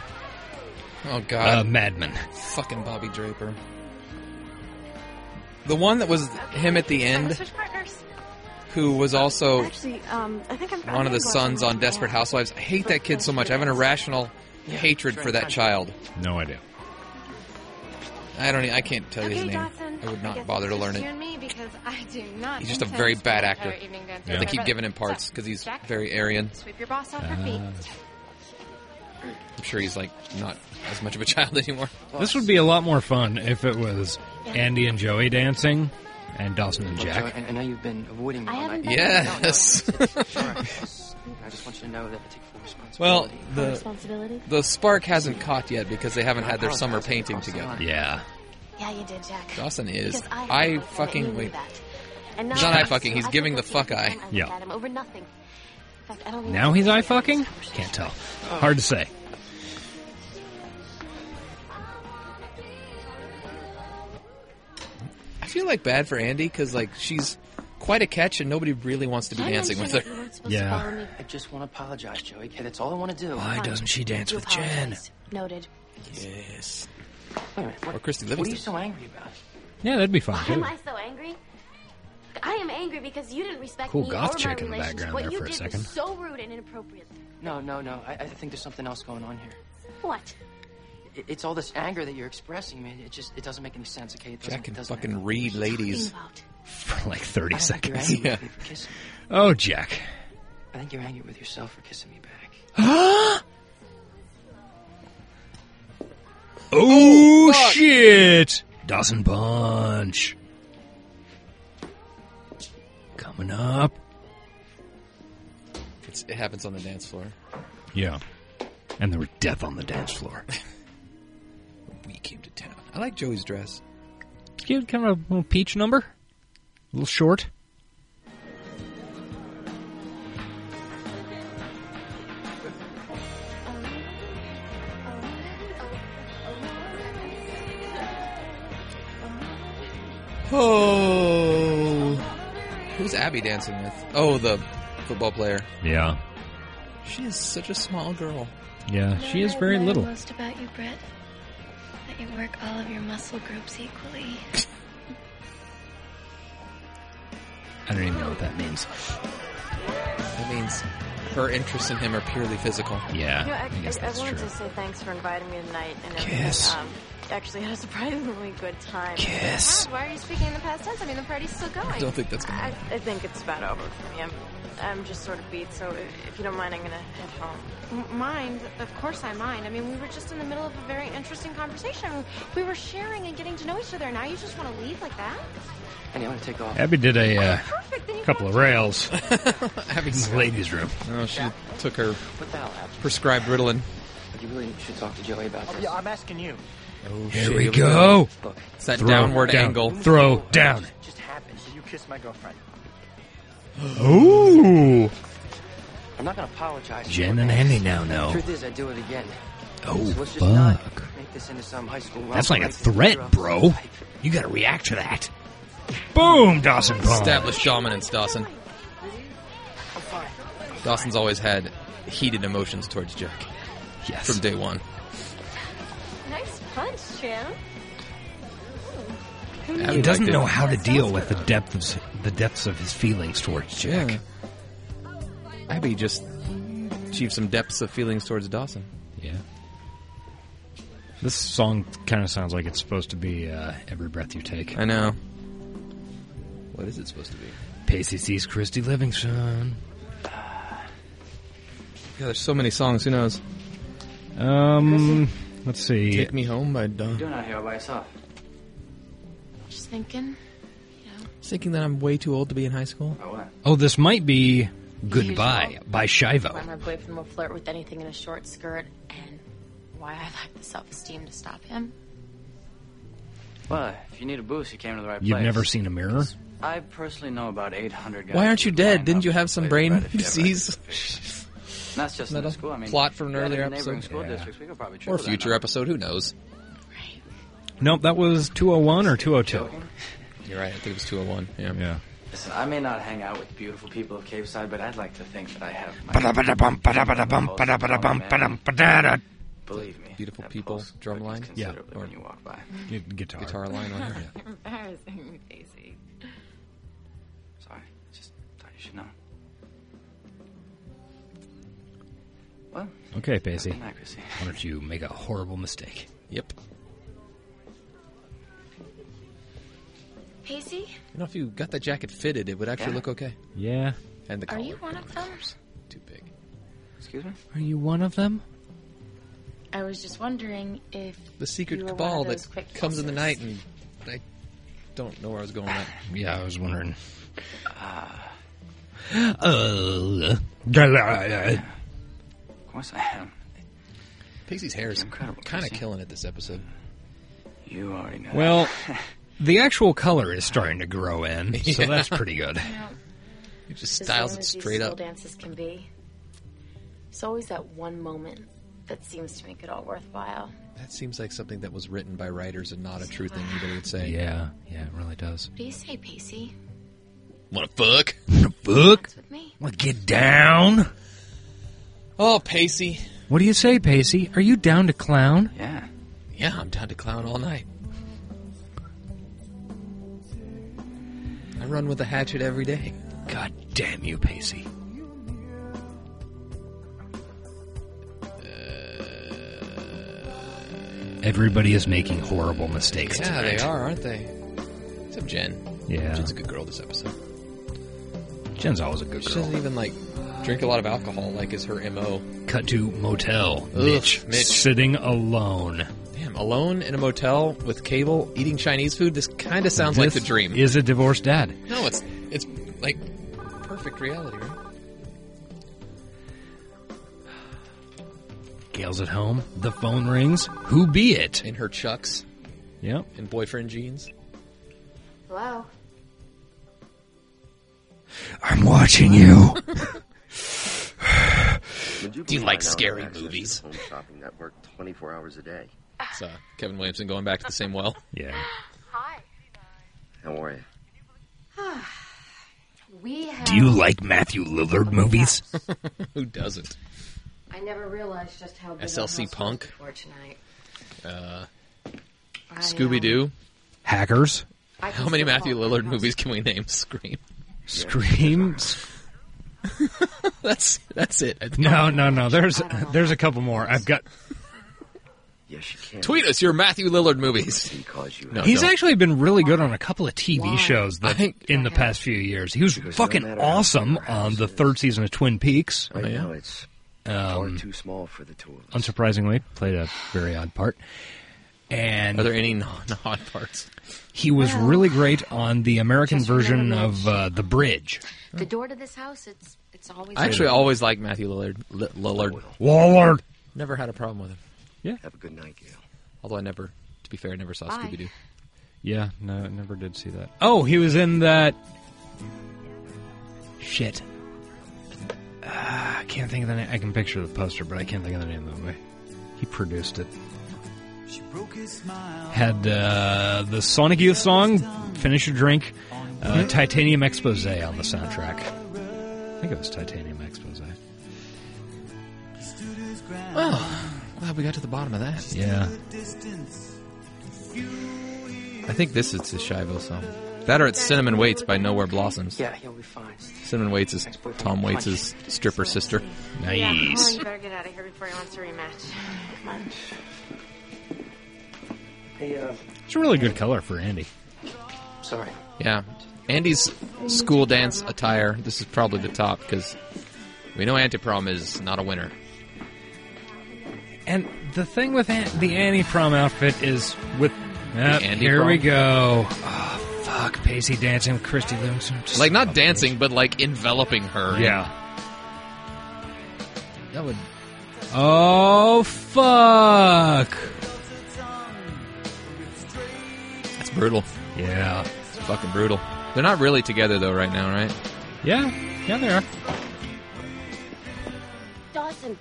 S3: Oh
S2: uh,
S3: God.
S2: Mad Men.
S3: Fucking Bobby Draper. The one that was him at the end,
S7: Switch partners.
S3: who was also
S16: Actually, um, I think I'm.
S3: one of the sons on Desperate Housewives. I hate that kid so much. I have an irrational hatred for that child.
S2: No idea.
S3: I don't. e- I can't tell you his
S15: Okay,
S3: name.
S15: Dawson.
S3: I would
S15: guess
S3: not
S15: it's
S3: bother to
S15: just
S3: learn
S15: You
S3: it.
S15: and me because I do not.
S3: He's just a
S15: intend
S3: very
S15: to
S3: bad
S15: spend
S3: actor.
S15: entire evening dancing
S3: I
S15: with
S3: think
S15: my
S3: you've
S15: brother.
S3: given him parts
S15: So,
S3: because he's
S15: Jack,
S3: very Ah, Aryan.
S15: Sweep your boss off her feet.
S3: I'm sure he's like not as much of a child [LAUGHS] anymore.
S2: This would be a lot more fun if it was Andy and Joey dancing, and Dawson and
S14: Look, Joe,
S2: Jack.
S14: I, I know you've been avoiding me
S13: I
S14: all
S13: haven't
S14: night.
S13: been Yes.
S14: No, no, it's- it's- sure, I just- I just want you to know that I take full
S3: [LAUGHS] Well,
S14: responsibility.
S2: [LAUGHS]
S3: the the spark hasn't caught yet because they haven't had their summer painting together.
S2: Yeah.
S7: Yeah, you did, Jack.
S3: Dawson is.
S7: Because I,
S3: I
S7: fucked him, and you
S3: fucking
S7: knew
S3: wait.
S7: that. And
S3: He's
S7: now
S3: not eye
S7: I'm
S3: fucking. He's
S7: so- I
S3: giving the
S7: can't
S3: fuck
S7: believe
S3: eye.
S7: I'm
S2: Yeah.
S7: mad at him over nothing. In fact, I don't even
S2: Now he's eye fucking? Can't tell. Hard to say.
S3: I feel like bad for Andy because like she's quite a catch and nobody really wants to be dancing with her.
S14: I just want to apologize, Joey. Okay, that's all I want to do.
S3: Why doesn't she dance
S14: You
S3: with Jen?
S14: apologize.
S7: Noted.
S3: Yes.
S14: Wait a minute. What,
S3: Or Christy
S14: what are you
S3: Livingston.
S14: so angry about?
S2: Yeah, that'd be fun
S7: Why am
S2: too.
S7: I so angry? I am angry because you didn't respect
S2: Cool
S7: me
S2: goth
S7: or
S2: chick
S7: my
S2: in the
S7: relationship.
S2: background
S7: what
S2: there
S7: you
S2: for a
S7: did
S2: second.
S7: was so rude and inappropriate.
S14: No, no, no. I, I think there's something else going on here.
S7: What?
S14: It, it's all this anger that you're expressing. man. It just it doesn't make any sense. Okay, it doesn't.
S3: Jack
S14: it
S3: can
S14: doesn't
S3: fucking read ladies
S2: for like thirty [LAUGHS] seconds.
S14: angry
S2: Yeah.
S14: with me for kissing
S2: Oh, Jack.
S14: I think you're angry with yourself for kissing me back.
S2: oh,
S3: fuck.
S2: Oh, shit! Dawson Punch. Coming up.
S3: It's, it happens on the dance floor.
S2: Yeah. And there were death on the dance floor.
S3: We came to town. I like Joey's dress.
S2: Cute, kind of a little peach number. A little short.
S3: Oh. Who's Abby dancing with? Oh, the football player.
S2: Yeah.
S3: She is such a small girl.
S2: Yeah, she is very little.
S17: Most about you, Brett, that you work all of your muscle groups equally.
S2: I don't even know what that means.
S3: That means her interests in him are purely physical.
S2: Yeah,
S8: You know, I, I- I wanted to say thanks for inviting me tonight and everything.
S3: Kiss.
S8: Um, actually had a surprisingly good time.
S3: Kiss.
S8: Why are you speaking in the past tense? I mean, the party's still going.
S3: I don't think that's gonna
S8: I, I think it's about over for me. I'm, I'm just sort of beat, so if, if you don't mind, I'm gonna head home.
S15: M- Mind? Of course I mind. I mean, we were just in the middle of a very interesting conversation. We were sharing and getting to know each other. Now you just want to leave like that?
S14: Anyway, I'm gonna take off.
S2: Abby did a uh,
S15: Perfect. Then you
S2: couple of [LAUGHS] rails
S3: Abby's
S2: in the ladies' room.
S3: Oh, she took her
S14: What the hell, Abby?
S3: prescribed Ritalin.
S14: You really should talk to Joey about
S11: Oh,
S14: this.
S11: yeah, I'm asking you.
S3: Oh,
S2: Here we go.
S14: Look,
S3: It's that
S2: Throw
S3: downward
S2: down.
S3: angle.
S2: Throw down.
S11: Just happened. You kissed my girlfriend.
S2: Ooh.
S14: I'm not gonna apologize.
S2: Jen and Andy now know.
S14: Truth is, I do it again.
S2: Oh,
S14: so let's just not
S2: fuck.
S14: make this into some high school.
S2: That's like a
S14: romance.
S2: threat, bro. You gotta react to that. Boom, Dawson Punch.
S3: Established dominance, Dawson. Dawson's always had heated emotions towards Jack.
S2: Yes.
S3: From day one.
S8: Nice punch, Jim.
S2: He doesn't know how to deal with the depth of s- the depths of his feelings towards Jack.
S3: Abby just achieved some depths of feelings towards Dawson.
S2: Yeah. This song kind of sounds like it's supposed to be uh, "Every Breath You Take."
S3: I know. What is it supposed to be?
S2: Pacey sees Christy Livingston.
S3: Yeah, there's so many songs. Who knows?
S2: Um, let's see.
S3: Take Me Home by Dawn.
S14: You're not here by yourself.
S13: Just thinking.
S3: Thinking that I'm way too old to be in high school.
S14: Oh, what?
S2: Oh, this might be "Goodbye"
S13: Usual.
S2: by
S13: Why
S2: Shivo.
S13: my boyfriend will flirt with anything in a short skirt, and why I lack the self-esteem to stop him.
S14: Well,
S5: If you need a boost, you came to the right
S2: You've
S5: place.
S2: never seen a mirror.
S5: I personally know about 800 guys.
S3: Why aren't you
S5: who
S3: dead?
S5: line
S3: Didn't
S5: up
S3: you have
S5: to
S3: some
S5: play
S2: [LAUGHS]
S3: brain
S5: Red if you ever-
S3: disease?
S5: And That's just in the
S3: Little
S5: school. I mean,
S3: plot from
S5: if
S3: an
S5: you had
S3: earlier
S5: it in neighboring
S3: episode.
S5: school
S2: Yeah.
S5: districts, we could probably
S3: Or a
S5: triple that
S3: future
S5: number.
S3: episode. Who knows?
S2: Nope, that was 201 or 202.
S3: You're right. I think it was 201. Yeah.
S2: Yeah.
S5: Listen, I may not hang out with beautiful people of Cape Side, but I'd like to think that I have
S2: Ba-da-ba-da-bum, ba-da-ba-da-bum,
S5: my...
S2: ba-da-ba-da-bum, ba-dum, ba-da-da.
S5: Believe me.
S3: Beautiful
S5: that
S3: people
S5: pulse
S3: drum
S5: quickens
S3: line?
S2: Yeah.
S5: Considerably when you walk by.
S2: Gu- Guitar.
S3: Guitar line
S2: [LAUGHS]
S3: on here. Yeah.
S8: [LAUGHS]
S13: Embarrassing, Pacey.
S5: Sorry. Just thought you should know. Well,
S2: Okay, Pacey.
S5: I'm not Chrissy.
S2: Why don't you make a horrible mistake?
S3: Yep.
S7: Pacey,
S3: You know, if you got that jacket fitted, it would actually
S5: Yeah.
S3: look okay.
S2: Yeah.
S3: And the
S7: are
S3: collar.
S7: you one of them?
S3: Too big.
S5: Excuse me?
S2: Are you one of them?
S7: I was just wondering if
S3: The secret
S7: you were one
S3: cabal
S7: of those
S3: that
S7: quick
S3: comes in the
S7: fixers.
S3: night and I don't know where I was going with
S7: [SIGHS]
S3: that.
S2: Yeah, I was wondering. Ah. Uh, uh,
S3: Of course I am. Pixie's hair is kind of killing it this episode. You already know.
S2: well, the actual color is starting to grow in, [LAUGHS] so
S3: Yeah.
S2: that's pretty good.
S3: It just
S15: As
S3: styles
S15: long
S3: it
S15: as these
S3: straight
S15: school
S3: up.
S15: dances can be. It's always that one moment that seems to make it all worthwhile.
S3: That seems like something that was written by writers and not a true thing anybody would say.
S2: Yeah, yeah, it really does.
S15: What do you say, Pacey?
S3: Wanna fuck?
S2: Fuck.
S15: With me?
S2: Wanna get down?
S3: Oh, Pacey.
S2: What do you say, Pacey? Are you down to clown?
S3: Yeah. Yeah, I'm down to clown all night. I run with a hatchet every day.
S2: God damn you, Pacey. Uh, Everybody is making horrible mistakes.
S3: Yeah,
S2: tonight.
S3: they are, aren't they? Except Jen.
S2: Yeah.
S3: Jen's a good girl this episode.
S2: Jen's always a good
S3: She
S2: girl.
S3: doesn't even like drink a lot of alcohol, like is her mo.
S2: Cut to motel.
S3: Ugh,
S2: Mitch,
S3: Mitch.
S2: sitting alone.
S3: Damn, alone in a motel with cable, eating Chinese food. This kind of sounds like
S2: This
S3: the dream.
S2: Is a divorced dad.
S3: No, it's it's like perfect reality, right?
S2: Gail's at home. The phone rings. Who be it?
S3: In her chucks
S2: Yep.
S3: and boyfriend jeans.
S15: Hello?
S2: I'm watching you.
S3: Do you like scary movies?
S12: Home shopping network 24 hours a day.
S3: It's uh, Kevin Williamson going back to the same well.
S2: [LAUGHS]
S3: [LAUGHS]
S2: Yeah.
S15: Hi.
S12: How are you?
S15: We have.
S2: Do you
S7: [LAUGHS]
S2: like Matthew Lillard movies?
S3: Who doesn't?
S13: I never realized just how big
S3: SLC
S13: our house was
S3: punk.
S13: before tonight.
S3: Uh,
S13: I,
S3: Scooby Doo.
S2: Hackers.
S13: I can
S3: How many
S13: still
S3: Matthew
S13: call it
S3: Lillard
S13: my
S3: movies can we name? [LAUGHS] Scream.
S2: Screams.
S3: that's that's it. I think.
S2: No, no, no. [LAUGHS] There's there's a couple more. I've got.
S12: Yes, you can.
S3: Tweet us your Matthew Lillard movies.
S12: Because you
S3: No,
S2: He's
S3: don't.
S2: actually been really good on a couple of TV shows that in the past few years. He was
S12: Because no
S2: fucking
S12: matter how
S2: awesome on the third season of Twin Peaks.
S3: Oh,
S12: Right now it's far
S2: Um,
S12: too small for the two of us.
S2: unsurprisingly, played a very odd part. And
S3: Are there any non-odd parts?
S2: he was really great on the American version of uh, The Bridge.
S3: Hmm.
S13: The door to this house, it's it's always.
S3: I actually always liked Matthew Lillard. L- Lillard.
S2: Lillard.
S3: Never had a problem with him.
S2: Yeah.
S12: Have a good night, Gail.
S3: Although I never, to be fair, I never saw
S13: Bye.
S3: Scooby Doo.
S2: Yeah, no, I never did see that. Oh, he was in that. Shit. Ah, I can't think of the name. I can picture the poster, but I can't think of the name of the movie. He produced it. Had uh, the Sonic Youth song, Finish Your Drink, uh, Titanium Expose on the soundtrack. I think it was Titanium Expose.
S3: Oh, glad we got to the bottom of that.
S2: Yeah.
S3: I think this is the Shivo song. That or it's Cinnamon Waits by Nowhere Blossoms.
S11: Yeah, he'll be fine.
S3: Cinnamon Waits is Tom Waits' stripper sister.
S15: Yeah,
S8: Oh,
S15: Colin, you better get out of here before he wants to rematch. Come on.
S11: Hey, uh,
S2: It's a really good color for Andy.
S11: sorry.
S3: Yeah. Andy's school dance attire. This is probably the top because we know Antiprom is not a winner.
S2: And the thing with An- the Annie prom outfit is with. Yep,
S3: Andy
S2: here
S3: prom?
S2: we go. Oh, fuck. Pacey dancing with Christy Livingston. Just-
S3: Like, not dancing, but like enveloping her.
S2: Yeah.
S3: That would.
S2: Oh, fuck.
S3: That's brutal.
S2: Yeah.
S3: It's fucking brutal. They're not really together though right now, right?
S2: Yeah. Yeah, they are.
S7: Dawson.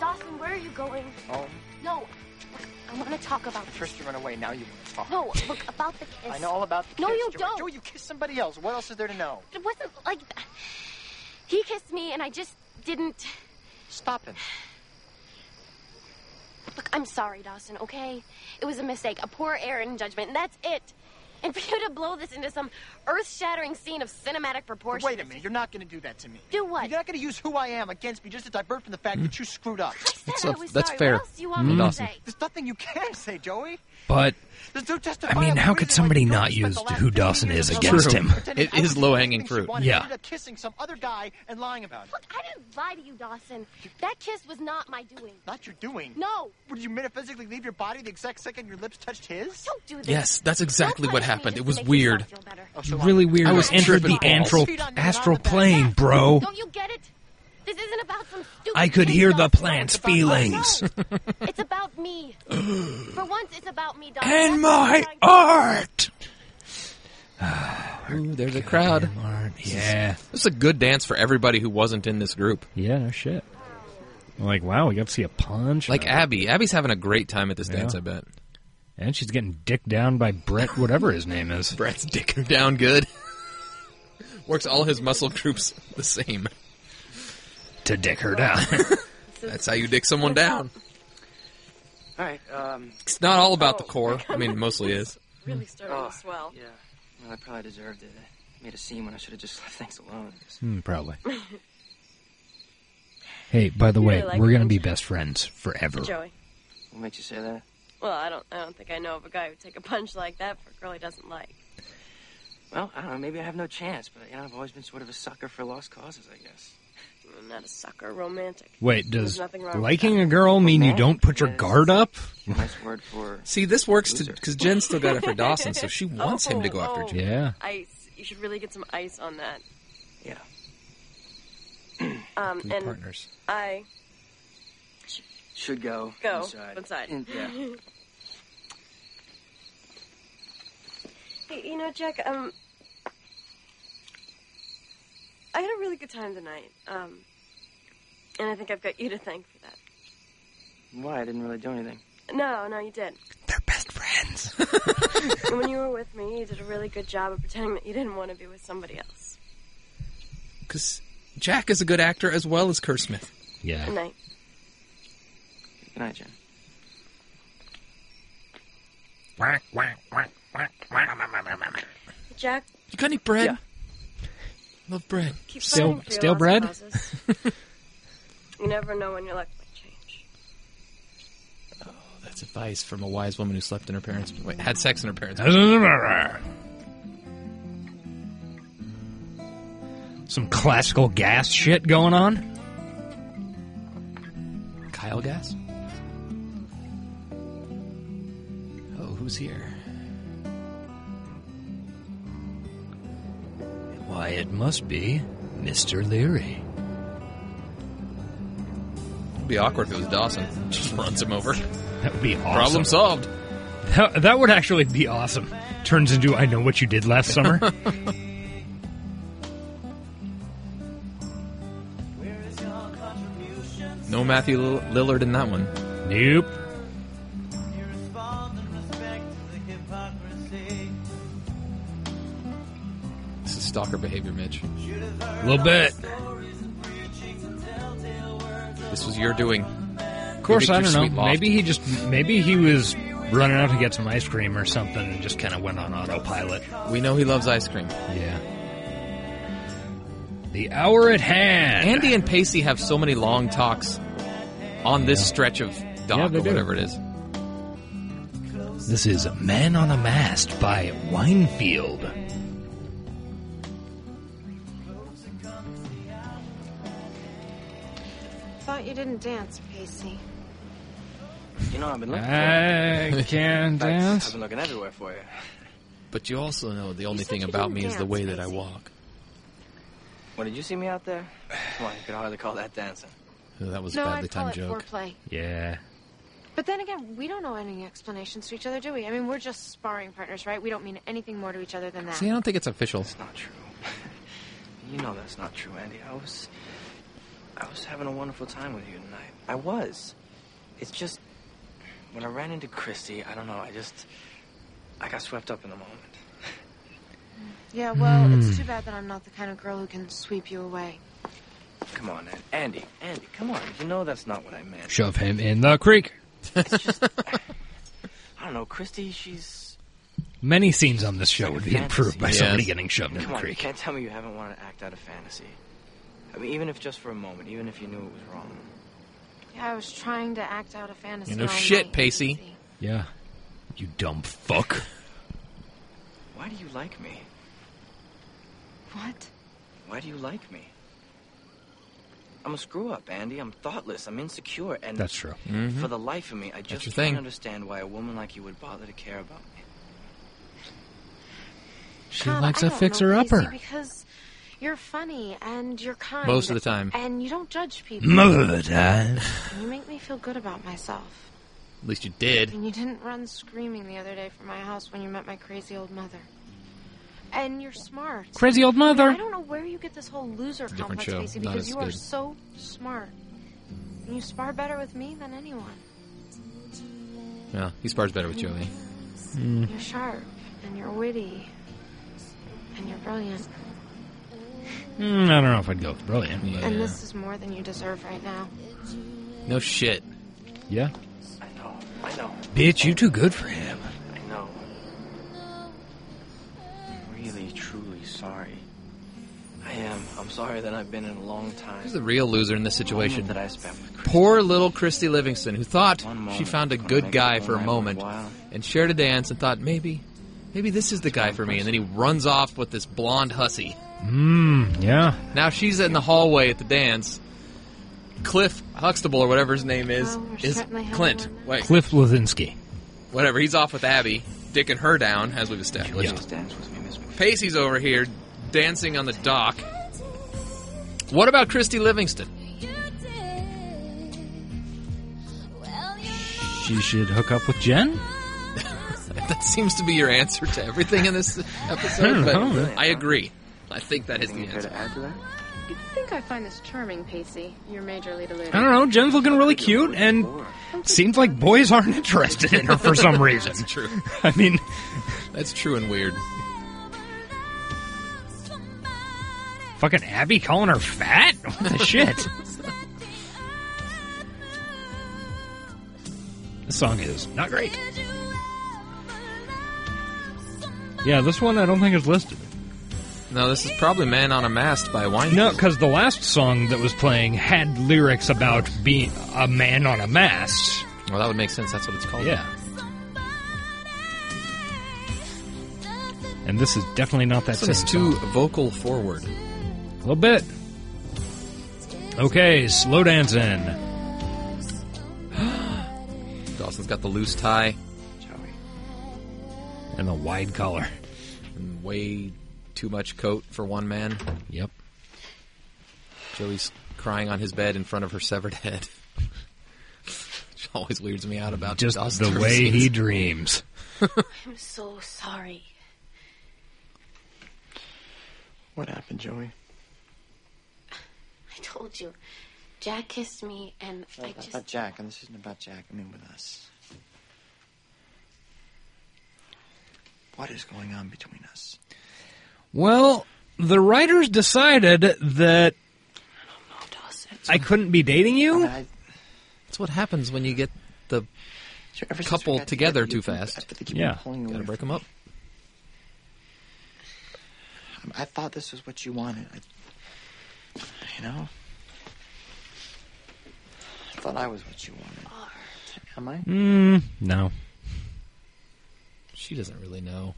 S7: Dawson, where are you going?
S11: Oh,
S7: No. I want to talk about this.
S11: first you run away, now you want to talk.
S7: No, look, about the kiss.
S11: I know all about the
S7: No,
S11: kiss,
S7: you
S11: Joey.
S7: don't.
S11: Joey, you kissed somebody else. What else is there to know?
S7: It wasn't like that. He kissed me and I just didn't.
S11: Stop him.
S7: Look, I'm sorry, Dawson, okay? It was a mistake, a poor error in judgment, and that's it. And for you to blow this into some earth shattering scene of cinematic proportions.
S11: Wait a minute. You're not going to do that to me.
S7: Do what?
S11: You're not going to use who I am against me just to divert from the fact that you screwed up.
S7: I said
S3: That's
S7: I
S3: a-
S7: was
S3: that's
S7: sorry.
S3: fair. Mm.
S7: What else do you want me to
S2: Dawson.
S7: say?
S11: There's nothing you can say, Joey.
S2: But
S11: There's no
S2: I mean, how could somebody not use who Dawson is against him?
S3: It is low-hanging fruit.
S2: Yeah.
S11: Kissing some other guy and lying about it.
S7: Look, I didn't lie to you, Dawson. That kiss was not my doing.
S11: Not your doing.
S7: No,
S11: Would you metaphysically leave your body the exact second your lips touched his?
S7: don't do this.
S3: Yes, that's exactly
S7: Don't
S3: what
S7: punish
S3: happened. It was weird. Oh.
S2: really weird.
S3: I was
S2: entered the
S3: tripping balls.
S2: antral, astral plane, bro.
S6: Don't you get it? This isn't about some stupid.
S2: I could hear the
S6: kid, Dawson.
S2: plant's
S6: It's about
S2: feelings.
S6: myself. it's about
S3: [GASPS]
S6: me. For once, it's about me, Dawson.
S3: And my
S6: That's what
S3: art. Ooh, there's a crowd.
S2: Yeah.
S3: This is a good dance for everybody who wasn't in this group.
S2: Yeah, no shit. Like, wow, we got to see a punch.
S3: Like Abby. Abby's having a great time at this dance, I bet.
S2: And she's getting dicked down by Brett, whatever his name is.
S3: Brett's dicking down good. [LAUGHS] Works all his muscle groups the same.
S2: To dick her
S16: [LAUGHS]
S2: down.
S3: That's how you dick someone down.
S14: All right. Um,
S3: It's not all about the
S16: Oh.
S3: core. I mean, it mostly is.
S14: really
S16: starting to swell.
S14: Yeah. Well, I probably deserved it. I made a scene when I should have just left things alone.
S2: Hmm, probably. Hey, by the
S16: You
S2: way,
S16: really like
S2: we're
S16: him.
S2: going to be best friends
S16: [LAUGHS]
S2: forever.
S16: Joey.
S14: What makes you say that?
S16: Well, I don't. I don't think I know of a guy who'd take a punch like that for a girl he doesn't like.
S14: Well, I don't know. Maybe I have no chance, but you know, I've always been sort of a sucker for lost causes, I
S2: [LAUGHS]
S14: guess.
S16: I'm not a sucker. Romantic.
S2: Wait,
S16: There's
S2: does
S16: nothing wrong with
S2: liking a girl mean you don't put your guard up?
S14: Nice word for.
S3: See, this works because Jen's still got it for Dawson, so she wants him to go after
S16: Oh,
S3: Jen.
S16: Ice. You should really get some ice on that.
S14: Yeah.
S16: Um,
S14: Be
S16: and
S14: partners.
S16: I
S14: Should go.
S16: go
S14: Inside.
S16: inside.
S14: In- yeah.
S16: Hey, you know, Jack. Um, I had a really good time tonight. Um, and I think I've got you to thank for that.
S14: Why? I didn't really do anything.
S16: No, no, you did.
S2: They're best friends.
S16: [LAUGHS] And when you were with me, you did a really good job of pretending that you didn't want to be with somebody else.
S3: Because Jack is a good actor as well as Kerr Smith.
S2: Yeah.
S16: Good night.
S14: Good night, Jen.
S16: Jack,
S3: You got any bread? Love bread.
S16: keep
S2: Stale-
S16: fighting for your
S2: stale
S16: lost
S2: bread?
S16: causes. you never know when your luck might change.
S3: That's advice from a wise woman who slept in her parents' wait, had sex in her parents'
S2: Some classical gas shit going on?
S3: Kyle gas. Oh, who's here?
S2: Why, it must be Mr. Leary.
S3: It'd be awkward if it was Dawson. [LAUGHS] Just runs him over.
S2: That would be awesome.
S3: Problem solved.
S2: That, that would actually be awesome. Turns into I know what you did last summer.
S3: No Matthew Lill- Lillard in that one.
S2: [LAUGHS] nope.
S3: This is stalker behavior, Mitch.
S2: A little bit.
S3: This was your doing.
S2: Of course, I don't know.
S3: Maybe.
S2: Maybe he just maybe he was running out to get some ice cream or something and just kind of went on autopilot.
S3: We know he loves ice cream.
S2: Yeah. The hour at hand.
S3: Andy and Pacey have so many long talks on this stretch of dock
S2: Yeah, they
S3: or
S2: do.
S3: whatever it is.
S2: This is Man on a Mast by Winefield.
S15: Thought you didn't dance, Pacey.
S14: You know, I've been looking
S3: Ah,
S14: for
S2: I
S14: you.
S2: can
S14: In fact, I've
S2: dance.
S14: been looking everywhere for you.
S3: But you also know the only
S14: You said
S3: thing
S14: you
S3: about
S14: didn't
S3: me is the
S14: dance,
S3: way that I walk.
S14: What, did you see me out there? Come on, you could hardly call that dancing.
S3: Oh, that was
S15: No,
S3: a
S15: I'd
S3: badly
S15: call
S3: timed
S15: it
S3: joke.
S15: foreplay.
S2: Yeah.
S15: But then again, we don't know any explanations to each other, do we? I mean, we're just sparring partners, right? We don't mean anything more to each other than that.
S3: See, I don't think it's official.
S14: Not true. [LAUGHS] You know that's not true, Andy. I was, I was having a wonderful time with you tonight. I was. It's just when I ran into Christy, I don't know. I just, I got swept up in the moment.
S15: Yeah, well,
S14: Hmm.
S15: it's too bad that I'm not the kind of girl who can sweep you away.
S14: Come on, An- Andy. Andy, come on. You know that's not what I meant.
S2: Shove him in the creek.
S14: [LAUGHS] I don't know, Christy. She's
S2: Many scenes on this show would be
S14: fantasy.
S2: improved by somebody getting shoved in
S14: Come
S2: the
S14: on, you
S2: creek.
S14: can't tell me you haven't wanted to act out a fantasy. I mean, even if just for a moment, even if you knew it was wrong.
S15: Yeah, I was trying to act out a fantasy.
S3: You know
S15: all
S3: shit,
S15: night.
S3: Pacey.
S2: Yeah. You dumb fuck.
S14: Why do you like me?
S15: What?
S14: Why do you like me? I'm a screw up, Andy. I'm thoughtless. I'm insecure, and
S2: That's true.
S14: For the life of me, I just
S3: Mm-hmm. your
S14: can't
S3: thing.
S14: understand why a woman like you would bother to care about me.
S2: She
S15: Tom,
S2: likes
S15: I
S2: a
S15: don't know,
S2: fixer-upper.
S15: Casey, Because you're funny and you're kind.
S3: Most of the time.
S15: And you don't judge people.
S3: Most of the time.
S15: You make me feel good about myself.
S3: At least you did.
S15: And you didn't run screaming the other day from my house when you met my crazy old mother. And you're smart.
S2: Crazy old
S15: I mean,
S2: mother.
S15: I don't know where you get this whole loser
S3: It's a different
S15: complex,
S3: show,
S15: Casey,
S3: not
S15: because
S3: as
S15: you are
S3: good.
S15: so smart. And you spar better with me than anyone.
S3: Yeah, he spars better with Joey. Mm.
S15: You're sharp, and you're witty, and you're brilliant.
S2: Mm, I don't know if I'd go with brilliant. but-
S15: And this is more than you deserve right now.
S3: No shit.
S2: Yeah.
S14: I know. I know.
S2: Bitch, you too good for him.
S14: I know. I'm really, truly sorry. I am. I'm sorry that I've been in a long time.
S3: He's the real loser in this situation.
S14: Moment that I spent with
S3: Poor little Christy Livingston, who thought she
S14: moment
S3: found a
S14: gonna
S3: good
S14: make
S3: guy
S14: it
S3: for a
S14: worthwhile.
S3: moment and shared a dance and thought maybe, maybe this is the guy for me. And then he runs off with this blonde hussy.
S2: Mm, yeah.
S3: Now she's in the hallway at the dance. Cliff Huxtable or whatever his name is is Clint. Wait,
S2: Cliff Levinsky.
S3: whatever. He's off with Abby, dicking her down as we've established. Pacey's over here dancing on the dock. What about Christy Livingston?
S2: She should hook up with Jen?
S3: [LAUGHS] that seems to be your answer to everything in this episode.
S2: I don't
S3: but
S2: know, man.
S3: I agree. I think that is the answer.
S8: You think I find this charming, Pacey? Your major leader.
S2: I don't know. Jen's looking really cute, and seems like boys aren't interested in her for some reason.
S3: That's true.
S2: [LAUGHS] I mean,
S3: That's true and weird.
S2: fucking Abby calling her fat? [LAUGHS] What the shit? This song is not great. Yeah, this one I don't think is listed.
S3: No, this is probably "Man on a Mast" by Wine.
S2: No, because the last song that was playing had lyrics about being a man on a mast.
S3: Well, that would make sense. That's what it's called.
S2: Yeah. And this is definitely not that
S3: This
S2: same
S3: one is too
S2: song.
S3: vocal forward.
S2: A little bit. Okay, slow dancing.
S3: Dawson's got the loose tie
S2: and the wide collar.
S3: And way too much coat for one man.
S2: Yep.
S3: Joey's crying on his bed in front of her severed head. [LAUGHS] Which always weirds me out about
S2: Just
S3: Dawson's
S2: the way he
S3: scenes.
S2: dreams.
S13: I'm so sorry.
S11: What happened, Joey?
S13: I told you. Jack kissed me, and
S2: Oh,
S13: I
S11: Not
S13: just.
S11: about Jack, and this isn't about Jack. I mean, with us. What is going on between us?
S2: Well, the writers decided that I couldn't be dating you.
S3: That's what happens when you get the couple together too fast.
S11: Yeah. pulling
S3: gotta
S11: away
S3: break them up.
S11: Um, I thought this was what you wanted. I, you know? I thought I was what you wanted. Am I?
S2: Mm, no.
S3: She doesn't really know.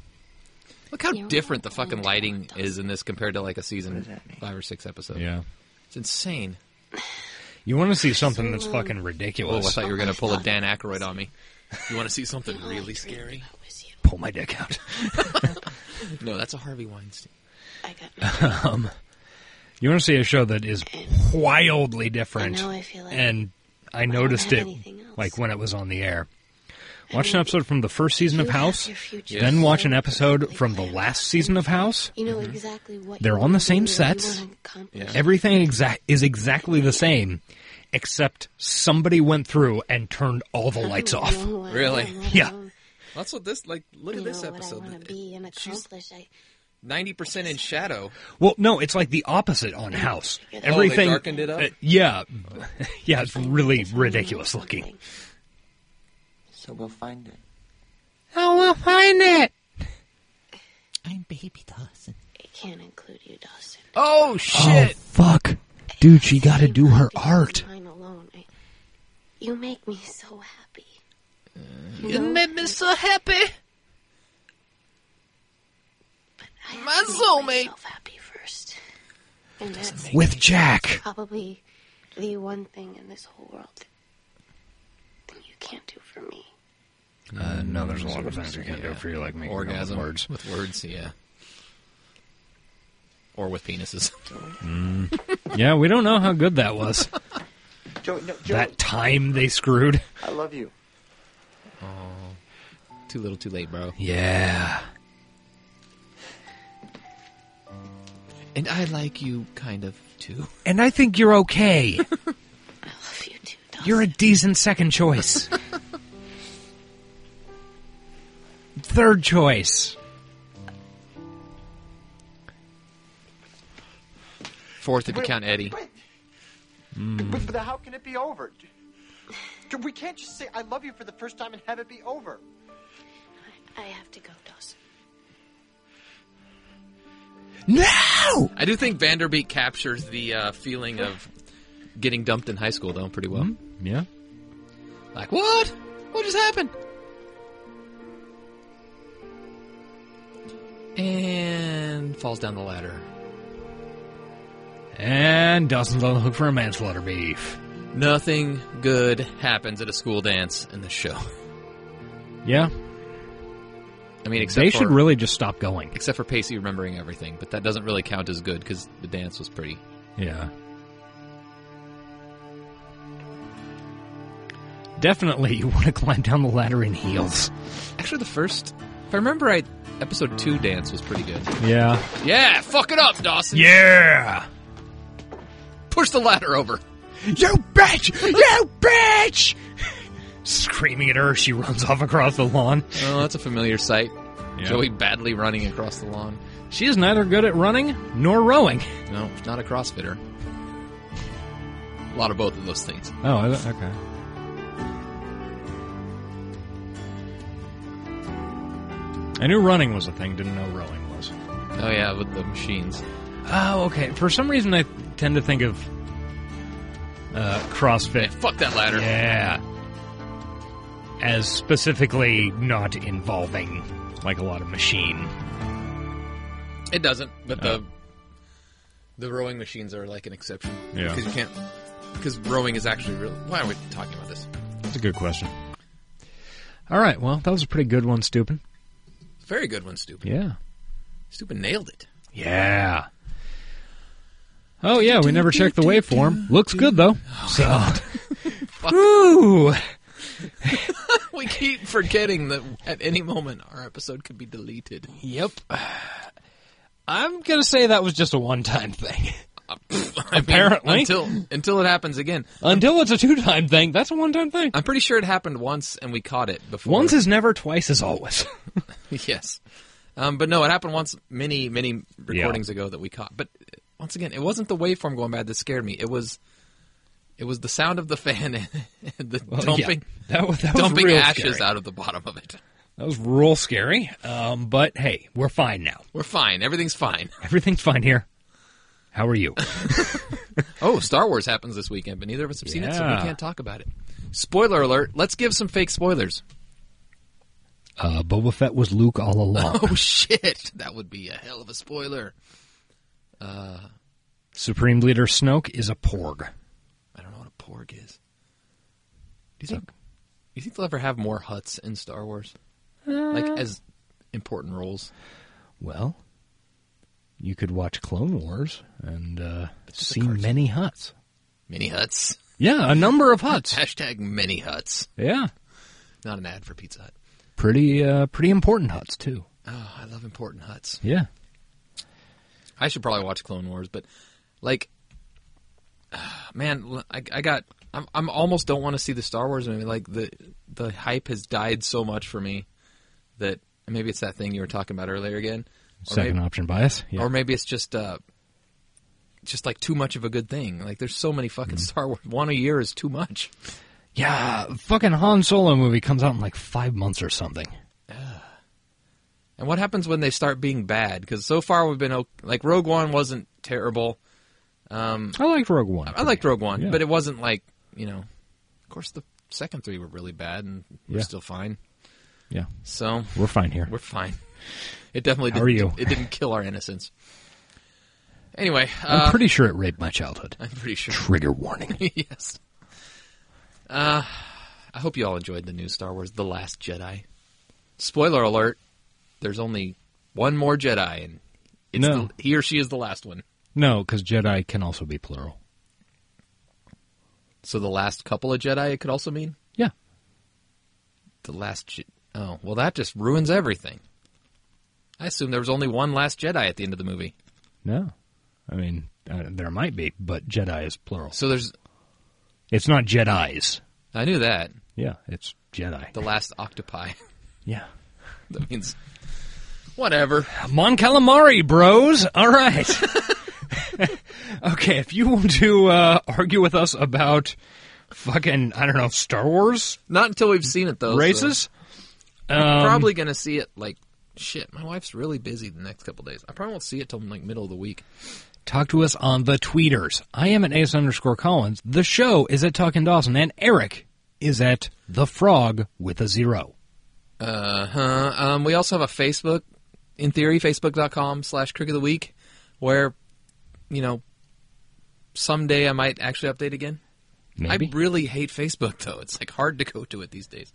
S3: Look how different the fucking lighting is in this compared to like a season five or six episode.
S2: Yeah.
S3: It's insane.
S2: You want to see something that's fucking ridiculous.
S3: Oh, I thought you were going to pull a Dan Aykroyd on me. You want to
S11: [LAUGHS]
S3: see something really scary?
S2: Pull my dick out.
S3: no, that's a Harvey Weinstein.
S13: I got
S2: [LAUGHS] um, you want to see a show that is wildly different.
S13: I know, I feel like-
S2: and I noticed it like when it was on the air. Watch an episode from the first season of House,
S13: future
S2: then watch an episode from the last season of House.
S13: You know exactly what.
S2: Mm-hmm. They're
S13: you
S2: on the
S13: wanna
S2: same
S13: do, what you
S2: sets.
S13: wanna accomplish.
S2: Everything exact is exactly the same, except somebody went through and turned all the lights off.
S3: Really?
S2: Yeah.
S3: That's what this like. Look at this episode.
S13: Accomplish. I,
S3: Ninety percent in shadow.
S2: Well, no, it's like the opposite on House.
S3: Oh, they
S2: Everything
S3: darkened it up?
S2: Uh, yeah, [LAUGHS] yeah, it's really ridiculous looking.
S11: So we'll find it.
S2: Oh, we'll find it.
S13: I'm baby Dawson. It can't include you, Dawson.
S3: Oh shit!
S2: fuck, dude, she got to do her art.
S13: Mine alone. I, you make me so happy.
S1: You made me so happy.
S13: My soulmate. Happy first. And that's
S2: With any Jack. sense.
S13: Probably the one thing in this whole world that that you can't do for me.
S2: Uh, no, there's a lot of things you can't do for you, like making
S3: Orgasm
S2: words.
S3: with words. Yeah. or with penises. [LAUGHS]
S2: Mm. [LAUGHS] yeah, we don't know how good that was.
S11: Joe, no, Joe.
S2: That time they screwed.
S11: I love you.
S3: Oh, too little, too late, bro.
S2: Yeah.
S3: And I like you, kind of too.
S2: And I think you're okay. I love you too. You're a decent second choice. [LAUGHS] Third choice.
S3: Fourth, if you count Eddie.
S11: But,
S2: Mm.
S11: but, but how can it be over? Joe, We can't just say I love you for the first time and have it be over.
S7: I have to go, Dawson.
S2: No.
S3: I do think Vanderbeek captures the uh, feeling of getting dumped in high school though pretty well.
S2: Yeah.
S3: Like what? What just happened? And falls down the ladder.
S2: And Dawson's on the hook for a manslaughter beef.
S3: Nothing good happens at a school dance in this show. [LAUGHS]
S2: Yeah.
S3: I mean, except
S2: They
S3: for,
S2: should really just stop going.
S3: except for Pacey remembering everything, but that doesn't really count as good because the dance was pretty.
S2: Yeah. Definitely, you want to climb down the ladder in heels.
S3: Actually, the first, if I remember right, episode two dance was pretty good.
S2: Yeah.
S3: Yeah, fuck it up, Dawson.
S2: Yeah.
S3: Push the ladder over.
S2: You bitch! You bitch! [LAUGHS] Screaming at her, she runs off across the lawn.
S3: Oh, that's a familiar sight.
S2: Yeah.
S3: Joey badly running across the lawn.
S2: She is neither good at running nor rowing.
S3: No, she's not a CrossFitter. A lot of both of those things.
S2: Oh, okay. I knew running was a thing, didn't know rowing was.
S3: Oh yeah, with the machines.
S2: Oh, okay. For some reason, I tend to think of uh, CrossFit.
S3: Fuck that ladder.
S2: Yeah. As specifically not involving like a lot of machine.
S3: It doesn't, but the the rowing machines are like an exception.
S2: Yeah.
S3: Because you can't because rowing is actually real. Why are we talking about this?
S2: That's a good question. All right. Well, that was a pretty good one, Stupid.
S3: Very good one, Stupid.
S2: Yeah.
S3: Stupid nailed it. [LAUGHS]
S2: Yeah. Oh yeah, we never checked the waveform. Looks good though. [LAUGHS] So, ooh,
S3: we keep forgetting that at any moment our episode could be deleted.
S2: yep. I'm gonna say that was just a one-time [LAUGHS] thing.
S3: I mean,
S2: Apparently.
S3: until until it happens again.
S2: Until it's a two-time thing, that's a one-time thing.
S3: I'm pretty sure it happened once and we caught it before.
S2: Once is never, twice is always. [LAUGHS]
S3: [LAUGHS] yes. Um, but no, it happened once many, many recordings ago that we caught. But uh, once again, it wasn't the waveform going bad that scared me. It was it was the sound of the fan [LAUGHS] and the
S2: Well, yeah.
S3: dumping
S2: That wa- that was
S3: dumping
S2: real
S3: ashes
S2: scary.
S3: out of the bottom of it.
S2: That was real scary, um, but hey, we're fine now.
S3: We're fine. Everything's
S2: [LAUGHS]
S3: fine.
S2: Everything's fine here. How are you? Uh,
S3: Oh, Star Wars happens this weekend, but neither of us have seen it, so we
S2: Yeah.
S3: can't talk about it. Spoiler alert. Let's give some
S2: [LAUGHS]
S3: fake spoilers.
S2: Uh, Boba Fett was Luke all [LAUGHS] along.
S3: Oh shit. [LAUGHS] That would be a hell of a spoiler. Uh
S2: Supreme Leader Snoke is a Porg.
S3: I don't know what a porg is. Do you think? Do you think they'll ever have more huts in Star Wars? like as important roles?
S2: Well, you could watch Clone Wars and uh,
S3: just a
S2: see
S3: cartoon.
S2: many huts.
S3: Mini huts. [LAUGHS]
S2: Yeah, a number of [LAUGHS] huts.
S3: Hashtag mini huts.
S2: yeah,
S3: Not an ad for Pizza Hut.
S2: pretty uh, pretty important huts too.
S3: Oh, I love important huts.
S2: Yeah,
S3: I should probably watch Clone Wars, but like, [SIGHS] man, l- I, I got. I'm, I'm almost don't want to see the Star Wars movie. Like the the hype has died so much for me that and maybe it's that thing you were talking about earlier again. Or
S2: second
S3: maybe-
S2: option bias. Yeah.
S3: Or maybe it's just uh, just like too much of a good thing. Like there's so many fucking
S2: Mm-hmm.
S3: Star Wars. One a year is too much.
S2: yeah, fucking Han Solo movie comes out in like five months or something.
S3: And what happens when they start being bad? Because so far we've been o- like Rogue One wasn't terrible. Um,
S2: I liked Rogue One.
S3: I liked Rogue One,
S2: Yeah.
S3: but it wasn't like you know. Of course, the second three were really bad, and we're
S2: Yeah.
S3: still fine.
S2: Yeah,
S3: So
S2: we're fine here.
S3: we're fine. It definitely
S2: How
S3: didn't,
S2: are you?
S3: It didn't kill our innocence. Anyway,
S2: I'm
S3: uh,
S2: pretty sure it raped my childhood.
S3: I'm pretty sure.
S2: Trigger warning.
S3: [LAUGHS] yes. Uh, I hope you all enjoyed the new Star Wars The Last Jedi. Spoiler alert, there's only one more Jedi, and It's
S2: No.
S3: the, he or she is the last one.
S2: [LAUGHS] No, because Jedi can also be plural.
S3: So the last couple of Jedi, it could also mean.
S2: Yeah.
S3: The last. Je- oh well, that just ruins everything. I assume there was only one last Jedi at the end of the movie.
S2: No, I mean uh, there might be, but Jedi is plural.
S3: So there's.
S2: It's not Jedi's.
S3: I knew that.
S2: Yeah, it's Jedi.
S3: The last octopi. [LAUGHS]
S2: Yeah.
S3: that means. Whatever.
S2: Mon Calamari, bros. All right. [LAUGHS] okay, if you want to uh, argue with us about fucking I don't know Star Wars,
S3: not until we've seen it though. so-
S2: races.
S3: I'm
S2: um,
S3: probably gonna see it like shit. My wife's really busy the next couple days. I probably won't see it till like middle of the week.
S2: Talk to us on the tweeters. I am at ace underscore Collins. The show is at Talking Dawson, and Eric is at the Frog with a zero.
S3: Uh huh. Um, we also have a Facebook, in theory, facebook.com slash Crick of the Week, where, you know, someday I might actually update again.
S2: Maybe.
S3: I really hate Facebook though. It's like hard to go to it these days.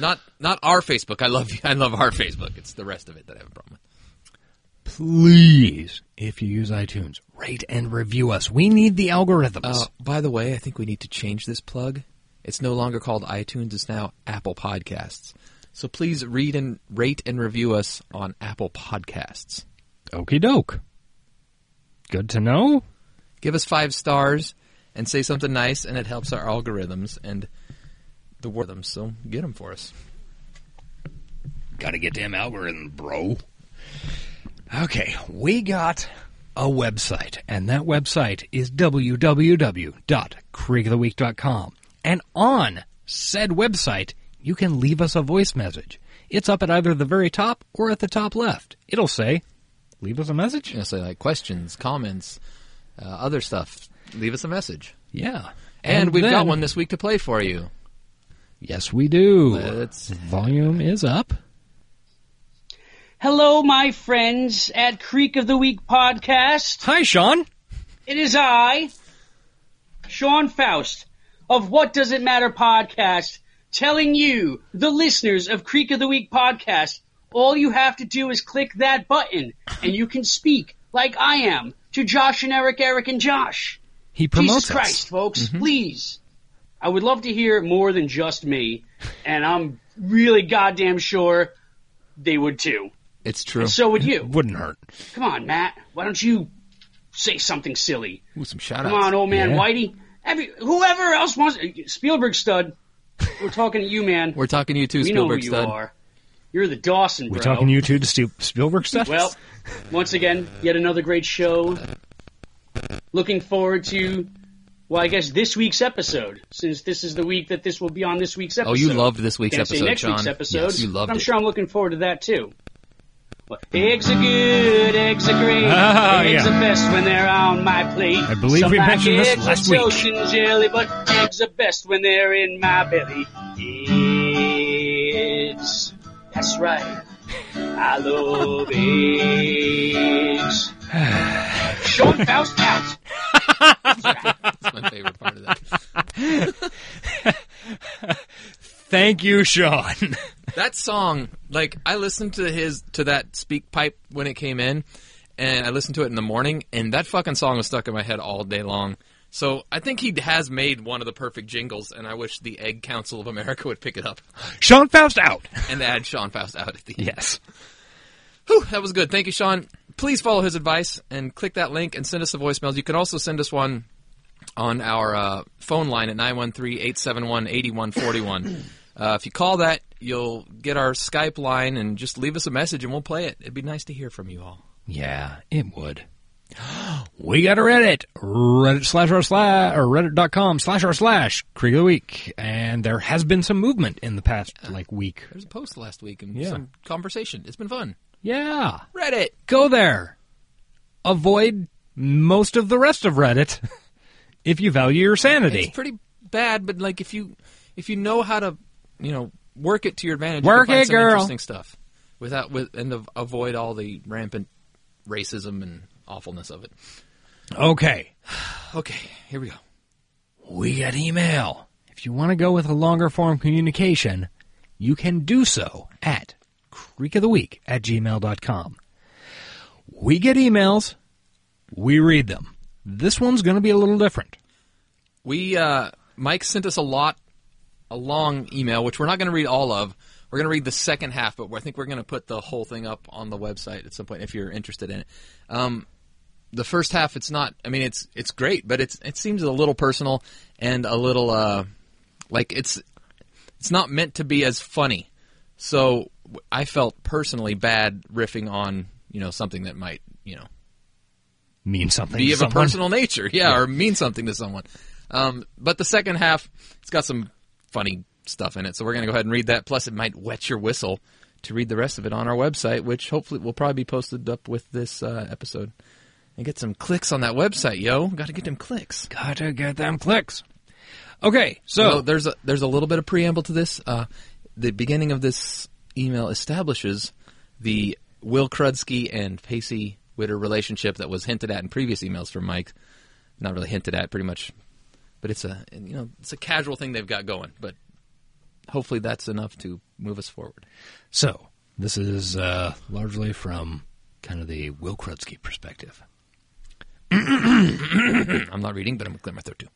S3: Not not our Facebook. I love [LAUGHS] I love our Facebook. It's the rest of it that I have a problem with.
S2: Please, if you use iTunes, rate and review us. We need the algorithms.
S3: Uh, by the way, I think we need to change this plug. It's no longer called iTunes. It's now Apple Podcasts. So please read and rate and review us on Apple Podcasts.
S2: Okie doke. Good to know.
S3: Give us five stars and say something nice, and it helps our algorithms and the worthums. So get them for us.
S2: Got to get damn algorithm, bro. Okay, we got a website, and that website is www.creekoftheweek.com. And on said website, you can leave us a voice message. It's up at either the very top or at the top left. It'll say, leave us a message.
S3: It'll say, like, questions, comments, uh, other stuff. Leave us a message.
S2: Yeah.
S3: And,
S2: And
S3: we've got
S2: then-
S3: one this week to play for you.
S2: Yes, we do.
S3: Let's-
S2: Volume is up.
S9: Hello, my friends at Creek of the Week podcast.
S2: Hi, Sean.
S9: It is I, Sean Faust, of What Does It Matter podcast, telling you, the listeners of Creek of the Week podcast, all you have to do is click that button and you can speak like I am to Josh and Eric, Eric and Josh.
S2: He promotes
S9: Jesus
S2: us.
S9: Christ, folks, please. I would love to hear more than just me, and I'm really goddamn sure they would too.
S3: It's true.
S9: And so would you.
S2: Wouldn't hurt.
S9: Come on, Matt. Why don't you say something silly?
S3: Ooh, some shout
S9: Come on, old man
S3: Yeah.
S9: Whitey. Every whoever else wants Spielberg stud. We're talking to you, man.
S3: We're talking to you too,
S9: we know
S3: Spielberg
S9: who you
S3: stud.
S9: are. You're the Dawson.
S2: We're
S9: bro.
S2: talking you two to Stu- Spielberg stuff.
S9: Well, once again, yet another great show. Looking forward to, well, I guess this week's episode, since this is the week that this will be on this week's episode.
S3: Oh, you loved this week's
S9: Can't say
S3: episode,
S9: next week's
S3: John.
S9: episode.
S3: Yes, you loved
S9: but I'm
S3: it.
S9: sure I'm looking forward to that too. But eggs are good, eggs are great,
S2: Ah,
S9: eggs
S2: yeah.
S9: are best when they're on my plate.
S2: I believe
S9: Some
S2: we
S9: like
S2: mentioned this
S9: eggs
S2: last
S9: with
S2: week.
S9: toast and jelly, but eggs are best when they're in my belly. Eggs. That's right. I
S2: [LAUGHS]
S9: love eggs. Sean Faust out.
S3: That's my favorite part of that. [LAUGHS]
S2: Thank you, Sean. [LAUGHS]
S3: that song, like I listened to his to that speak pipe when it came in, and I listened to it in the morning, and that fucking song was stuck in my head all day long. So I think he has made one of the perfect jingles, and I wish the Egg Council of America would pick it up
S2: Sean Faust out.
S3: and add Sean Faust out at the end.
S2: Yes.
S3: Whew, that was good. Thank you, Sean. Please follow his advice and click that link and send us a voicemail. You can also send us one on our uh, phone line at 913-871-8141. uh, if you call that, you'll get our Skype line and just leave us a message and we'll play it. It'd be nice to hear from you all.
S2: Yeah, it would. [GASPS] We got a Reddit, Reddit slash r slash or Reddit.com slash r slash Krieg of the Week, and there has been some movement in the past like week.
S3: There's a post last week and
S2: Yeah.
S3: some conversation. It's been fun.
S2: Yeah,
S3: Reddit.
S2: go there. Avoid most of the rest of Reddit [LAUGHS] if you value your sanity.
S3: It's pretty bad, but like if you if you know how to, you know, work it to your advantage,
S2: Work
S3: you can find
S2: it,
S3: some
S2: girl.
S3: interesting stuff without with and av- avoid all the rampant racism and awfulness of it.
S2: Okay,
S3: Okay, here we go.
S2: we got email. If you want to go with a longer form communication, you can do so at creekoftheweek at gmail.com. We get emails, we read them. This one's going to be a little different.
S3: We uh, Mike sent us a lot, a long email, which we're not going to read all of. We're going to read the second half, but I think we're going to put the whole thing up on the website at some point if you're interested in it. Um, the first half, it's not. I mean, it's it's great, but it's it seems a little personal and a little uh, like it's it's not meant to be as funny. So w- I felt personally bad riffing on you know something that might you know
S2: Mean something.
S3: be
S2: to
S3: of
S2: someone.
S3: a personal nature, yeah, or mean something to someone. Um, but the second half, it's got some funny stuff in it, so we're going to go ahead and read that. Plus, it might wet your whistle to read the rest of it on our website, which hopefully will probably be posted up with this uh, episode. And get some clicks on that website, yo. Got to get them clicks.
S2: Got to get them clicks. Okay, so-
S3: there's a, there's a little bit of preamble to this. Uh, the beginning of this email establishes the Will Krudsky and Pacey Witter relationship that was hinted at in previous emails from Mike. Not really hinted at, pretty much, but it's a you know it's a casual thing they've got going. But hopefully that's enough to move us forward. [CLEARS THROAT]
S2: So this is uh, largely from kind of the Will Krudsky perspective. I'm
S3: not reading, but I'm gonna clear my throat too.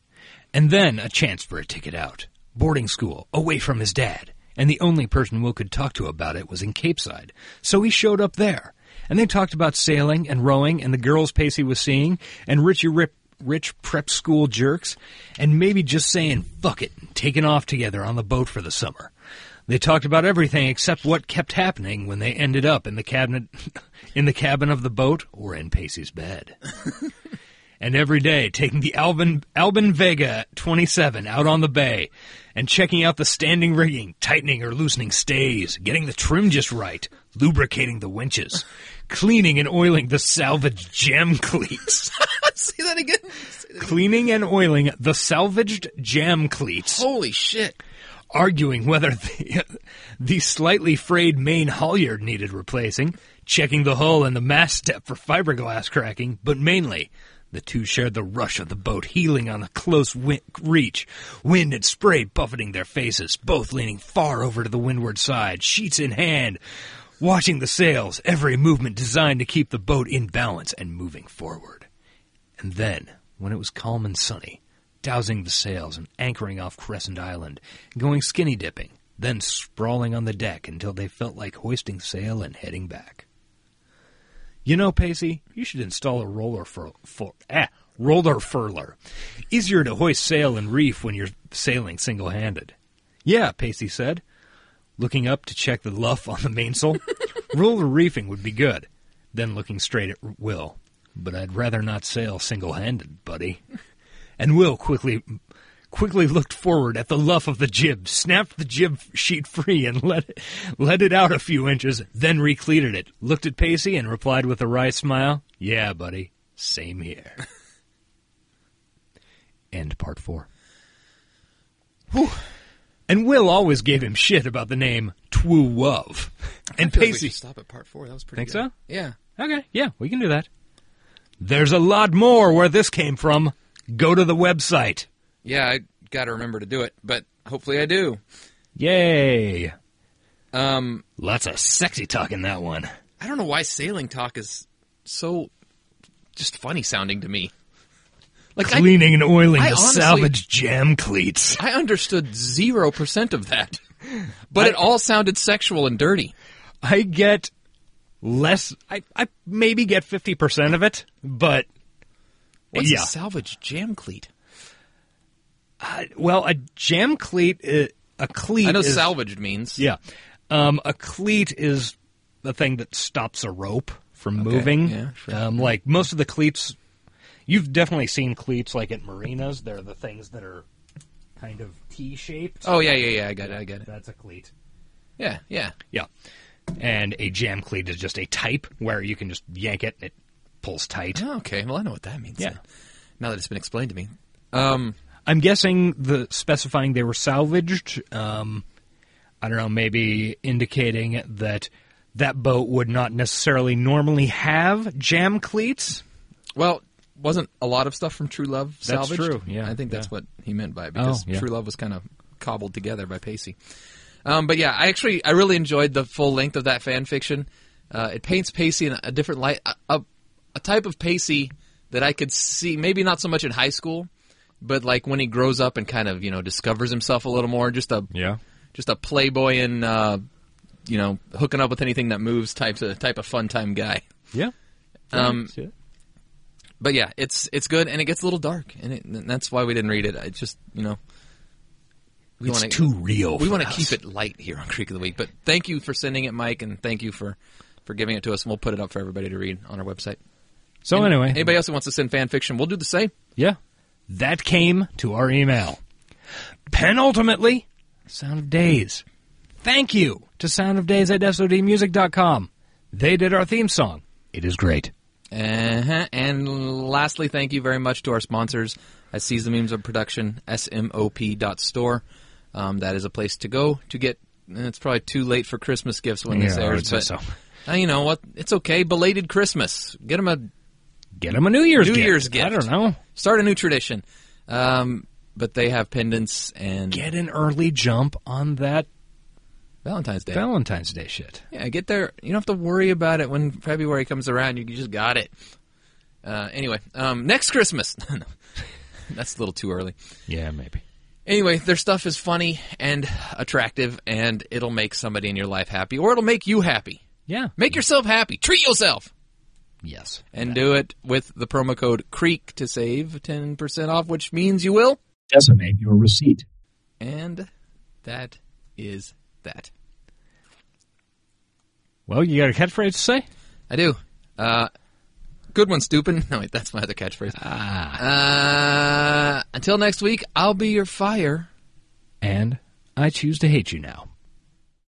S2: And then a chance for a ticket out. Boarding school, away from his dad. And the only person Will could talk to about it was in Capeside. So he showed up there. And they talked about sailing and rowing and the girls Pacey was seeing and Richie Rip, rich prep school jerks and maybe just saying fuck it and taking off together on the boat for the summer. They talked about everything except what kept happening when they ended up in the cabinet [LAUGHS] in the cabin of the boat or in Pacey's bed and every day taking the Alvin Albin Vega 27 out on the bay and checking out the standing rigging, tightening or loosening stays, getting the trim just right, lubricating the winches, cleaning and oiling the salvaged jam [LAUGHS] cleats.
S3: [LAUGHS] Say that again.
S2: cleaning and oiling the salvaged jam cleats.
S3: Holy shit.
S2: Arguing whether the, [LAUGHS] the slightly frayed main halyard needed replacing, checking the hull and the mast step for fiberglass cracking, but mainly the two shared the rush of the boat heeling on a close wi- reach, wind and spray buffeting their faces, both leaning far over to the windward side, sheets in hand, watching the sails, every movement designed to keep the boat in balance and moving forward. And then, when it was calm and sunny, dowsing the sails and anchoring off Crescent Island, going skinny dipping, then sprawling on the deck until they felt like hoisting sail and heading back. You know, Pacey, you should install a roller fur, fur, ah, roller furler. Easier to hoist sail and reef when you're sailing single-handed. Yeah, Pacey said, looking up to check the luff on the mainsail. roller reefing would be good. Then looking straight at Will, but I'd rather not sail single-handed, buddy. And Will quickly quickly looked forward at the luff of the jib, snapped the jib sheet free, and let it, let it out a few inches, then recleated it, looked at Pacey, and replied with a wry smile, Yeah, buddy, same here. [LAUGHS] End part four. Whew. And Will always gave him shit about the name Twoo Wove. And
S3: I feel like we
S2: Pacey.
S3: should stop at part four. That was pretty.
S2: Think so?
S3: good. Yeah.
S2: Okay, yeah, we can do that. There's a lot more where this came from. Go to the website.
S3: Yeah, I got to remember to do it, but hopefully I do.
S2: Yay.
S3: Um,
S2: Lots of sexy talk in that one.
S3: I don't know why sailing talk is so just funny sounding to me. Like I-
S2: Cleaning and oiling
S3: I
S2: the
S3: honestly-
S2: salvaged jam cleats.
S3: I understood zero percent of that, but it
S2: I-
S3: all sounded sexual and dirty.
S2: I get less. I, I maybe get fifty percent of it, but
S3: What's
S2: yeah.
S3: a salvage jam cleat?
S2: I- well, a jam cleat, uh, a cleat.
S3: I know
S2: is-
S3: salvaged means.
S2: Yeah, um, a cleat is the thing that stops a rope from
S3: Okay,
S2: moving.
S3: yeah,
S2: um, like most of the cleats, you've definitely seen cleats like at marinas. They're the things that are kind of T-shaped.
S3: Oh yeah, yeah, yeah. I got it. I got it.
S2: That's a cleat.
S3: Yeah, yeah.
S2: Yeah. And a jam cleat is just a type where you can just yank it and it pulls tight.
S3: okay, well I know what that means.
S2: Yeah.
S3: Now that it's been explained to me, Um,
S2: I'm guessing the specifying they were salvaged. Um, I don't know, maybe indicating that that boat would not necessarily normally have jam cleats.
S3: Well, wasn't a lot of stuff from True Love
S2: That's
S3: salvaged?
S2: true, yeah,
S3: I think that's
S2: yeah.
S3: what he meant by it because
S2: Oh, yeah.
S3: True Love was kind of cobbled together by Pacey. Um, but yeah, I actually I really enjoyed the full length of that fan fiction. Uh, it paints Pacey in a- a different light, a, a, a type of Pacey that I could see, maybe not so much in high school, but like when he grows up and kind of you know discovers himself a little more, just a
S2: yeah,
S3: just a playboy and uh, you know hooking up with anything that moves type of type of fun time guy.
S2: Yeah.
S3: Um,
S2: See it?
S3: but yeah, it's it's good and it gets a little dark and, it, and that's why we didn't read it. I just you know.
S2: It's too real
S3: We
S2: for
S3: want to
S2: us.
S3: keep it light here on Creek of the Week, but thank you for sending it, Mike, and thank you for, for giving it to us. And we'll put it up for everybody to read on our website.
S2: So
S3: And
S2: anyway.
S3: anybody else who wants to send fan fiction, we'll do the same.
S2: Yeah. That came to our email. Penultimately, Sound of Days. Thank you to Sound of Days at SODmusic.com. They did our theme song. It is great.
S3: Uh-huh. And lastly, thank you very much to our sponsors at Seize the Memes of Production, smop.store. Um, that is a place to go to get. and It's probably too late for Christmas gifts when
S2: Yeah,
S3: this
S2: I
S3: airs,
S2: would say
S3: but
S2: so.
S3: Uh, you know what? It's okay. Belated Christmas. Get them a
S2: get them a New Year's
S3: New
S2: gift.
S3: Year's gift.
S2: I don't know.
S3: Start a new tradition. Um, but they have pendants and
S2: Get an early jump on that
S3: Valentine's Day.
S2: Valentine's Day shit.
S3: Yeah, get there. You don't have to worry about it when February comes around. You just got it. Uh, anyway, um, next Christmas. [LAUGHS] No, That's a little too early.
S2: Yeah, maybe.
S3: Anyway, their stuff is funny and attractive, and it'll make somebody in your life happy, or it'll make you happy.
S2: Yeah.
S3: Make yourself happy. Treat yourself.
S2: Yes.
S3: And do it with the promo code CREEK to save 10% off, which means you will.
S2: Decimate your receipt.
S3: And that is that.
S2: Well, you got a catchphrase to say?
S3: I do. Uh, good one, stupid. [LAUGHS] No, wait, that's my other catchphrase. Uh, until next week, I'll be your fire.
S2: And I choose to hate you now.